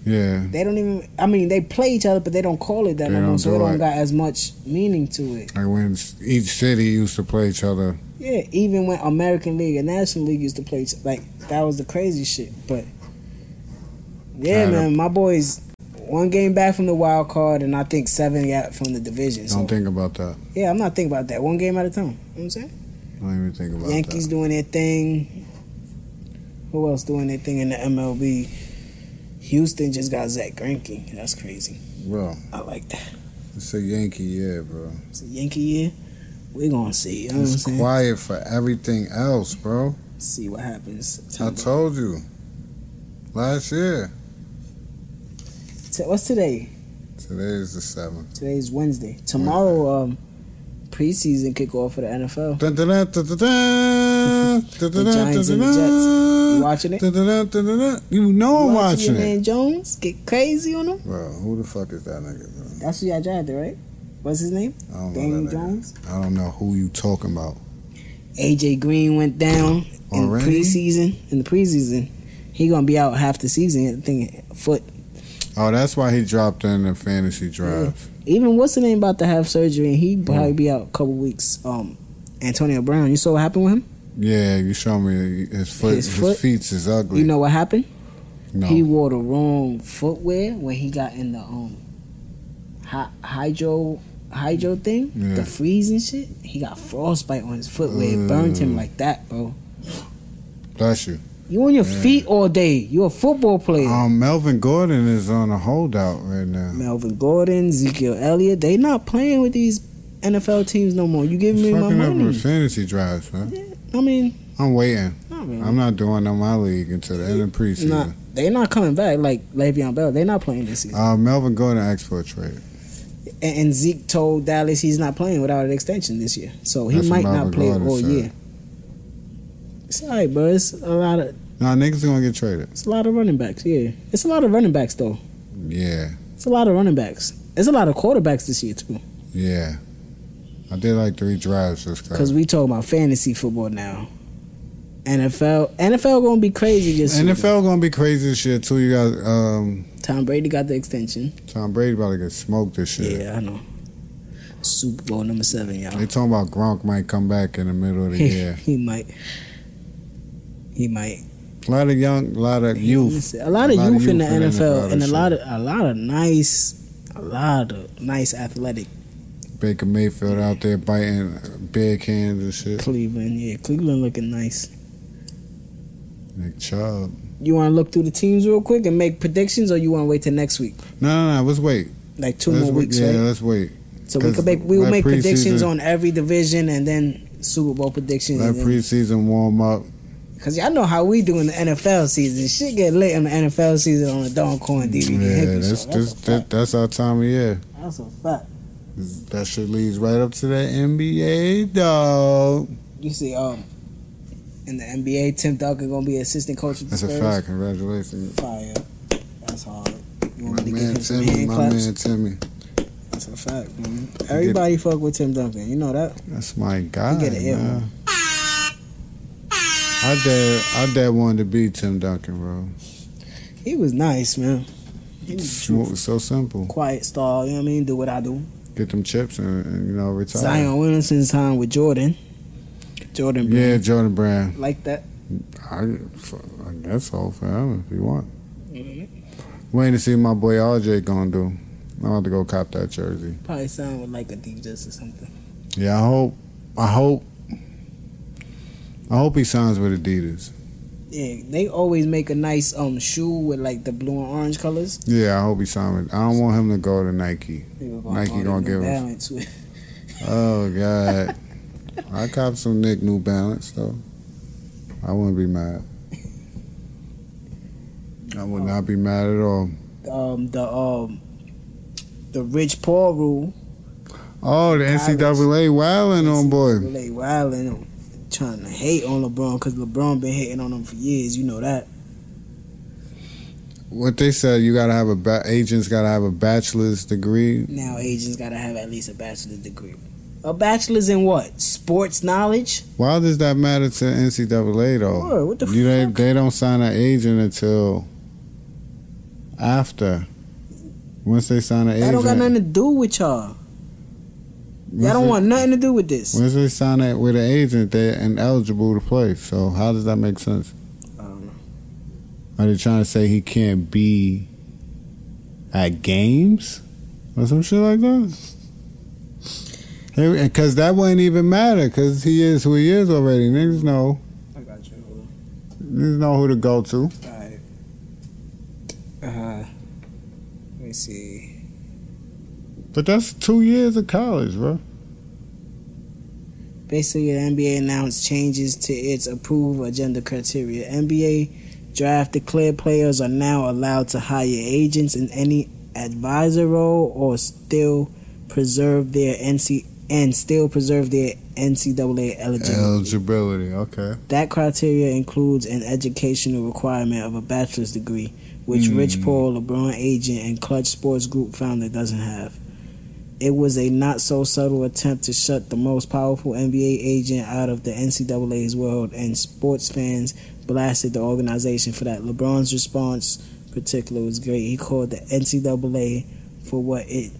C: Yeah,
B: They don't even. I mean, they play each other, but they don't call it that
C: They
B: no more.
C: don't
B: So it
C: do
B: don't
C: it.
B: got as much meaning to it.
C: like when s- each city used to play each other.
B: Yeah, even when American League and National League used to play, each- like that was the crazy shit. But yeah,
C: Kinda.
B: man, my boys, one game back from the wild card, and I think seven out from the division. So
C: Don't think about that.
B: yeah, I'm not thinking about that. One game at a time. You know what I'm saying
C: Don't even think about
B: Yankees doing their thing. Who else doing their thing in the MLB? Houston just got Zach Greinke. That's crazy.
C: Bro,
B: I like that.
C: it's a Yankee year, bro.
B: It's a Yankee year. We're gonna see. You know what I'm
C: It's
B: saying?
C: quiet for everything else, bro.
B: See what happens.
C: I
B: September.
C: told you. Last year.
B: T- What's today?
C: Today is the seventh.
B: Today's Wednesday. Tomorrow, um, preseason kickoff for the NFL.
C: Dun, dun, dun, dun, dun, dun. Dun, dun,
B: The
C: dun,
B: Giants
C: dun,
B: and the
C: dun,
B: Jets.
C: dun.
B: You watching it?
C: Dun, dun, dun, dun, dun, dun. You know I'm
B: You
C: watching
B: your
C: it.
B: man Jones get crazy on him.
C: Bro, who the fuck is that nigga, bro?
B: That's who y'all drafted, right? What's his name?
C: I don't
B: Daniel
C: know that nigga.
B: Jones?
C: I don't know who you talking about. Oh,
B: AJ Green went down in the
C: Already?
B: preseason. In the preseason, he gonna be out half the season. I think foot.
C: Oh, that's why he dropped in the fantasy draft.
B: Even what's the name about to have surgery, and he probably be out a couple weeks. Um, Antonio Brown. You saw what happened with him.
C: Yeah, you show me his foot.
B: His
C: His,
B: foot?
C: feet is ugly.
B: You know what happened?
C: no.
B: He wore the wrong footwear when he got in the um hy- hydro hydro thing,
C: Yeah.
B: the freeze and shit. He got frostbite on his footwear. It burned him like that, bro.
C: Bless you.
B: You on your feet all day. You a football player.
C: Um, Melvin Gordon is on a holdout right now.
B: Melvin Gordon, Ezekiel Elliott, they not playing with these NFL teams no more. You giving
C: He's
B: me my
C: fucking up
B: money?
C: with fantasy drafts, man.
B: I mean,
C: I'm waiting.
B: not really.
C: I'm not doing on my league until the end of preseason.
B: Not, they not coming back like Le'Veon Bell. They not playing this season.
C: Uh, Melvin Gordon asked for a trade.
B: and, and Zeke told Dallas he's not playing without an extension this year, so he
C: That's what
B: might not
C: Melvin
B: play
C: Gordon
B: all
C: said.
B: year. It's all right, bro. It's a lot of
C: Nah, niggas gonna get traded.
B: it's a lot of running backs. Yeah, it's a lot of running backs though.
C: Yeah,
B: It's a lot of running backs. It's a lot of quarterbacks this year too.
C: yeah. I did like three drives just
B: Because
C: cause.
B: we talking about fantasy football now. NFL NFL gonna be crazy this year.
C: NFL gonna be crazy this year too. You got um,
B: Tom Brady got the extension.
C: Tom Brady about to get smoked this year.
B: Yeah, I know. Super Bowl number seven, y'all.
C: They talking about Gronk might come back in the middle of the year.
B: he might. He might.
C: A lot of young, a lot of youth.
B: A lot of youth in the NFL, and a
C: this
B: lot
C: year.
B: of a lot of nice, a lot of nice athletic
C: Baker Mayfield out there biting uh, big hands and shit.
B: Cleveland. Yeah, Cleveland looking nice.
C: Nick Chubb.
B: You want to look through the teams real quick and make predictions, or you want to wait till next week,
C: No, no, no. Let's wait.
B: like 2
C: let's
B: more
C: wait.
B: weeks,
C: Yeah,
B: right?
C: let's wait.
B: So we
C: 'Cause
B: could make we will
C: that
B: make predictions
C: preseason-
B: on every division and then Super Bowl predictions.
C: Let
B: and then-
C: preseason warm up.
B: Cause y'all know how we do in the NFL season. Shit get lit in the NFL season on the Don Corn DVD.
C: Yeah,
B: hippie
C: that's
B: show. that's,
C: that's,
B: a
C: that,
B: fact.
C: that's our time of year.
B: that's a fact.
C: That shit leads right up to that NBA though.
B: You see, um, in the NBA, Tim Duncan gonna be assistant coach. With the
C: That's a
B: Spurs.
C: fact. Congratulations,
B: Fire. That's hard. You want
C: my
B: me to give
C: man
B: him some
C: Timmy.
B: hand
C: My
B: claps?
C: man Timmy.
B: That's a fact, man. Everybody fuck with Tim Duncan. You know that.
C: That's my guy.
B: get an M.
C: man. I dad, I dad wanted to be Tim Duncan, bro.
B: He was nice, man. He was
C: So, so simple.
B: quiet star. You know what I mean? Do what I do.
C: Get them chips and, and, you know retire.
B: Zion Williamson's time with Jordan. Jordan. Brand.
C: Yeah, Jordan Brand.
B: Like that.
C: I, I guess all forever if you want. Waiting to see what my boy RJ gonna do. I'm about to go cop that jersey.
B: Probably sound with like a D just or something.
C: Yeah, I hope. I hope. I hope he signs with Adidas.
B: Yeah, they always make a nice um shoe with like the blue and orange colors.
C: Yeah, I hope he signs with. I don't want him to go to Nike.
B: They were
C: Nike
B: call it
C: gonna
B: New
C: give us-
B: Balance with-
C: Oh God. I cop some Nick New Balance though. I wouldn't be mad. I would not be mad at all.
B: um the um the Rich Paul rule.
C: Oh, the NCAA wilding on boy.
B: Like wilding, trying to hate on LeBron because LeBron been hating on him for years. You know that.
C: What they said, you gotta have a ba- agents gotta have a bachelor's degree.
B: Now agents gotta have at least a bachelor's degree. A bachelor's in what? Sports knowledge.
C: Why does that matter to NCAA though?
B: Word, what the
C: you they,
B: fuck?
C: they don't sign an agent until after. Once they sign an
B: That
C: agent,
B: don't got nothing to do with y'all. Y'all don't want nothing to do with this.
C: Once they sign it with an agent, they're ineligible to play. So how does that make sense?
B: Um,
C: Are they trying to say he can't be at games or some shit like that? Because that wouldn't even matter. Because he is who he is already. Niggas know.
B: I got you.
C: You know who to go to.
B: Alright. Uh, let me see.
C: But that's two years of college, bro.
B: Basically, the NBA announced changes to its approved agenda criteria. NBA draft declared players are now allowed to hire agents in any advisor role or still preserve their NC and still preserve their NCAA eligibility.
C: Eligibility, okay.
B: That criteria includes an educational requirement of a bachelor's degree, which
C: Hmm.
B: Rich Paul, LeBron agent, and Clutch Sports Group founder doesn't have. It was a not so subtle attempt to shut the most powerful NBA agent out of the NCAA's world, and sports fans blasted the organization for that. LeBron's response, in particular, was great. He called the NCAA for what it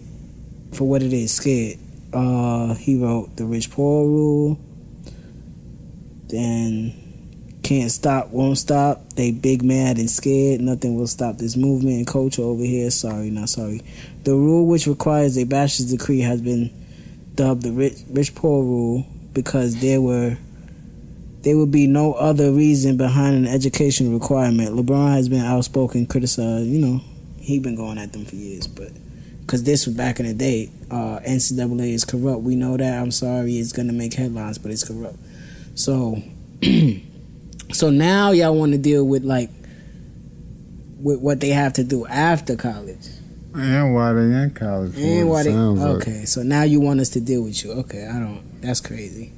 B: for what it is scared. Uh, he wrote the Rich Paul rule, then can't stop, won't stop. They big mad and scared. Nothing will stop this movement and culture over here. Sorry, not sorry. The rule which requires a bachelor's degree has been dubbed the rich rich poor rule because there were there would be no other reason behind an education requirement. LeBron has been outspoken, criticized. You know, he been going at them for years, but because this was back in the day, uh, NCAA is corrupt. We know that. I'm sorry, it's gonna make headlines, but it's corrupt. So, so now y'all want to deal with like with what they have to do after college.
C: And why they in college? for
B: And
C: what
B: why
C: it
B: they,
C: sounds like.
B: okay, so now you want us to deal with you? Okay, I don't. That's crazy.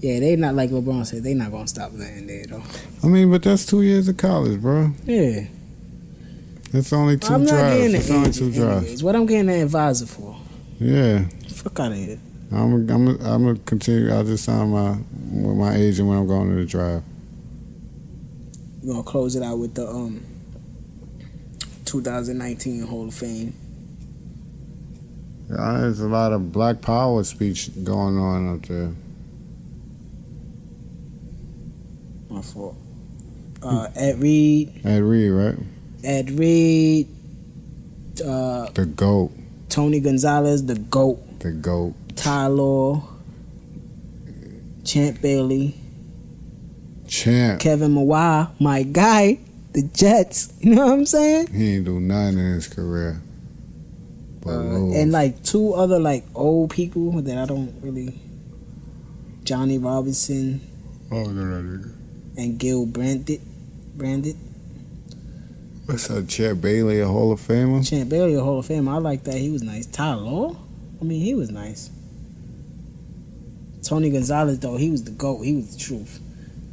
B: Yeah, they not like LeBron said. They not gonna stop nothing there though.
C: I mean, but that's two years of college, bro.
B: Yeah,
C: It's only 2
B: I'm not
C: drives.
B: getting
C: It's only two
B: it.
C: drives.
B: Anyways, what I'm getting an advisor for?
C: Yeah,
B: Fuck out of here.
C: I'm. I'm. I'm gonna continue. I'll just sign my with my agent when I'm going to the drive.
B: We're gonna close it out with the um 2019 Hall of Fame.
C: Yeah, There's a lot of Black Power speech going on up there.
B: My fault. Uh, Ed Reed,
C: Ed Reed, right?
B: Ed Reed, uh,
C: The goat.
B: Tony Gonzalez, the goat,
C: The goat.
B: Ty Law, Champ Bailey.
C: Champ.
B: Kevin Mawai, my guy, the Jets. You know what I'm saying?
C: He ain't do nothing in his career. But lose.
B: Uh, and like two other like old people that I don't really. Johnny Robinson
C: oh, no, no, no.
B: and Gil Brandit. Brandit.
C: What's up, Champ Bailey, a Hall of Famer?
B: Champ Bailey, a Hall of Fame. I like that. He was nice. Ty Law? I mean, he was nice. Tony Gonzalez, though, he was the GOAT. He was the truth.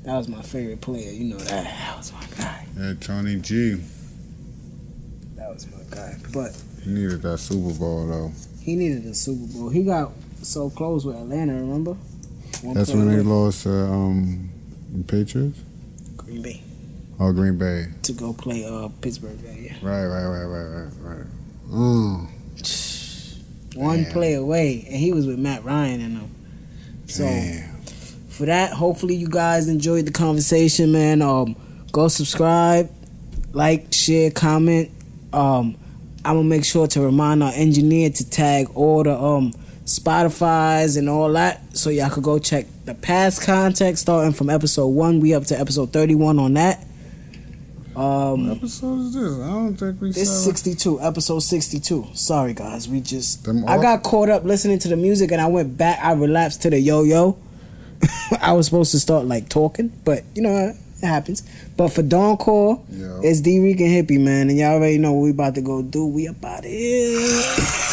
B: That was my favorite player. You know that. That was my guy.
C: Yeah, Tony G.
B: That was my guy. But
C: He needed that Super Bowl though.
B: He needed a Super Bowl. He got so close with Atlanta, remember? One
C: That's
B: play
C: when they
B: away.
C: lost to um, the Patriots
B: Green Bay
C: or Oh, Green Bay.
B: to go play uh Pittsburgh. Yeah, yeah.
C: Right, right, right, right, right, right. Mm.
B: One
C: Damn.
B: play away, and he was with Matt Ryan and them. So
C: Damn.
B: for that, hopefully you guys enjoyed the conversation, man. Um, go subscribe, like, share, comment. Um, I'm gonna make sure to remind our engineer to tag all the um Spotify's and all that, so y'all could go check the past content starting from episode one. We up to episode 31 on that. Um,
C: What episode is this? I don't think we
B: This
C: saw-
B: 62, episode 62. Sorry, guys. We just.
C: Them
B: I
C: all-
B: got caught up listening to the music and I went back. I relapsed to the yo yo. I was supposed to start like talking, but you know, it happens. But for Dawn Core,
C: Yeah.
B: it's D Reek and Hippie, man. And y'all already know what we about to go do. We about to.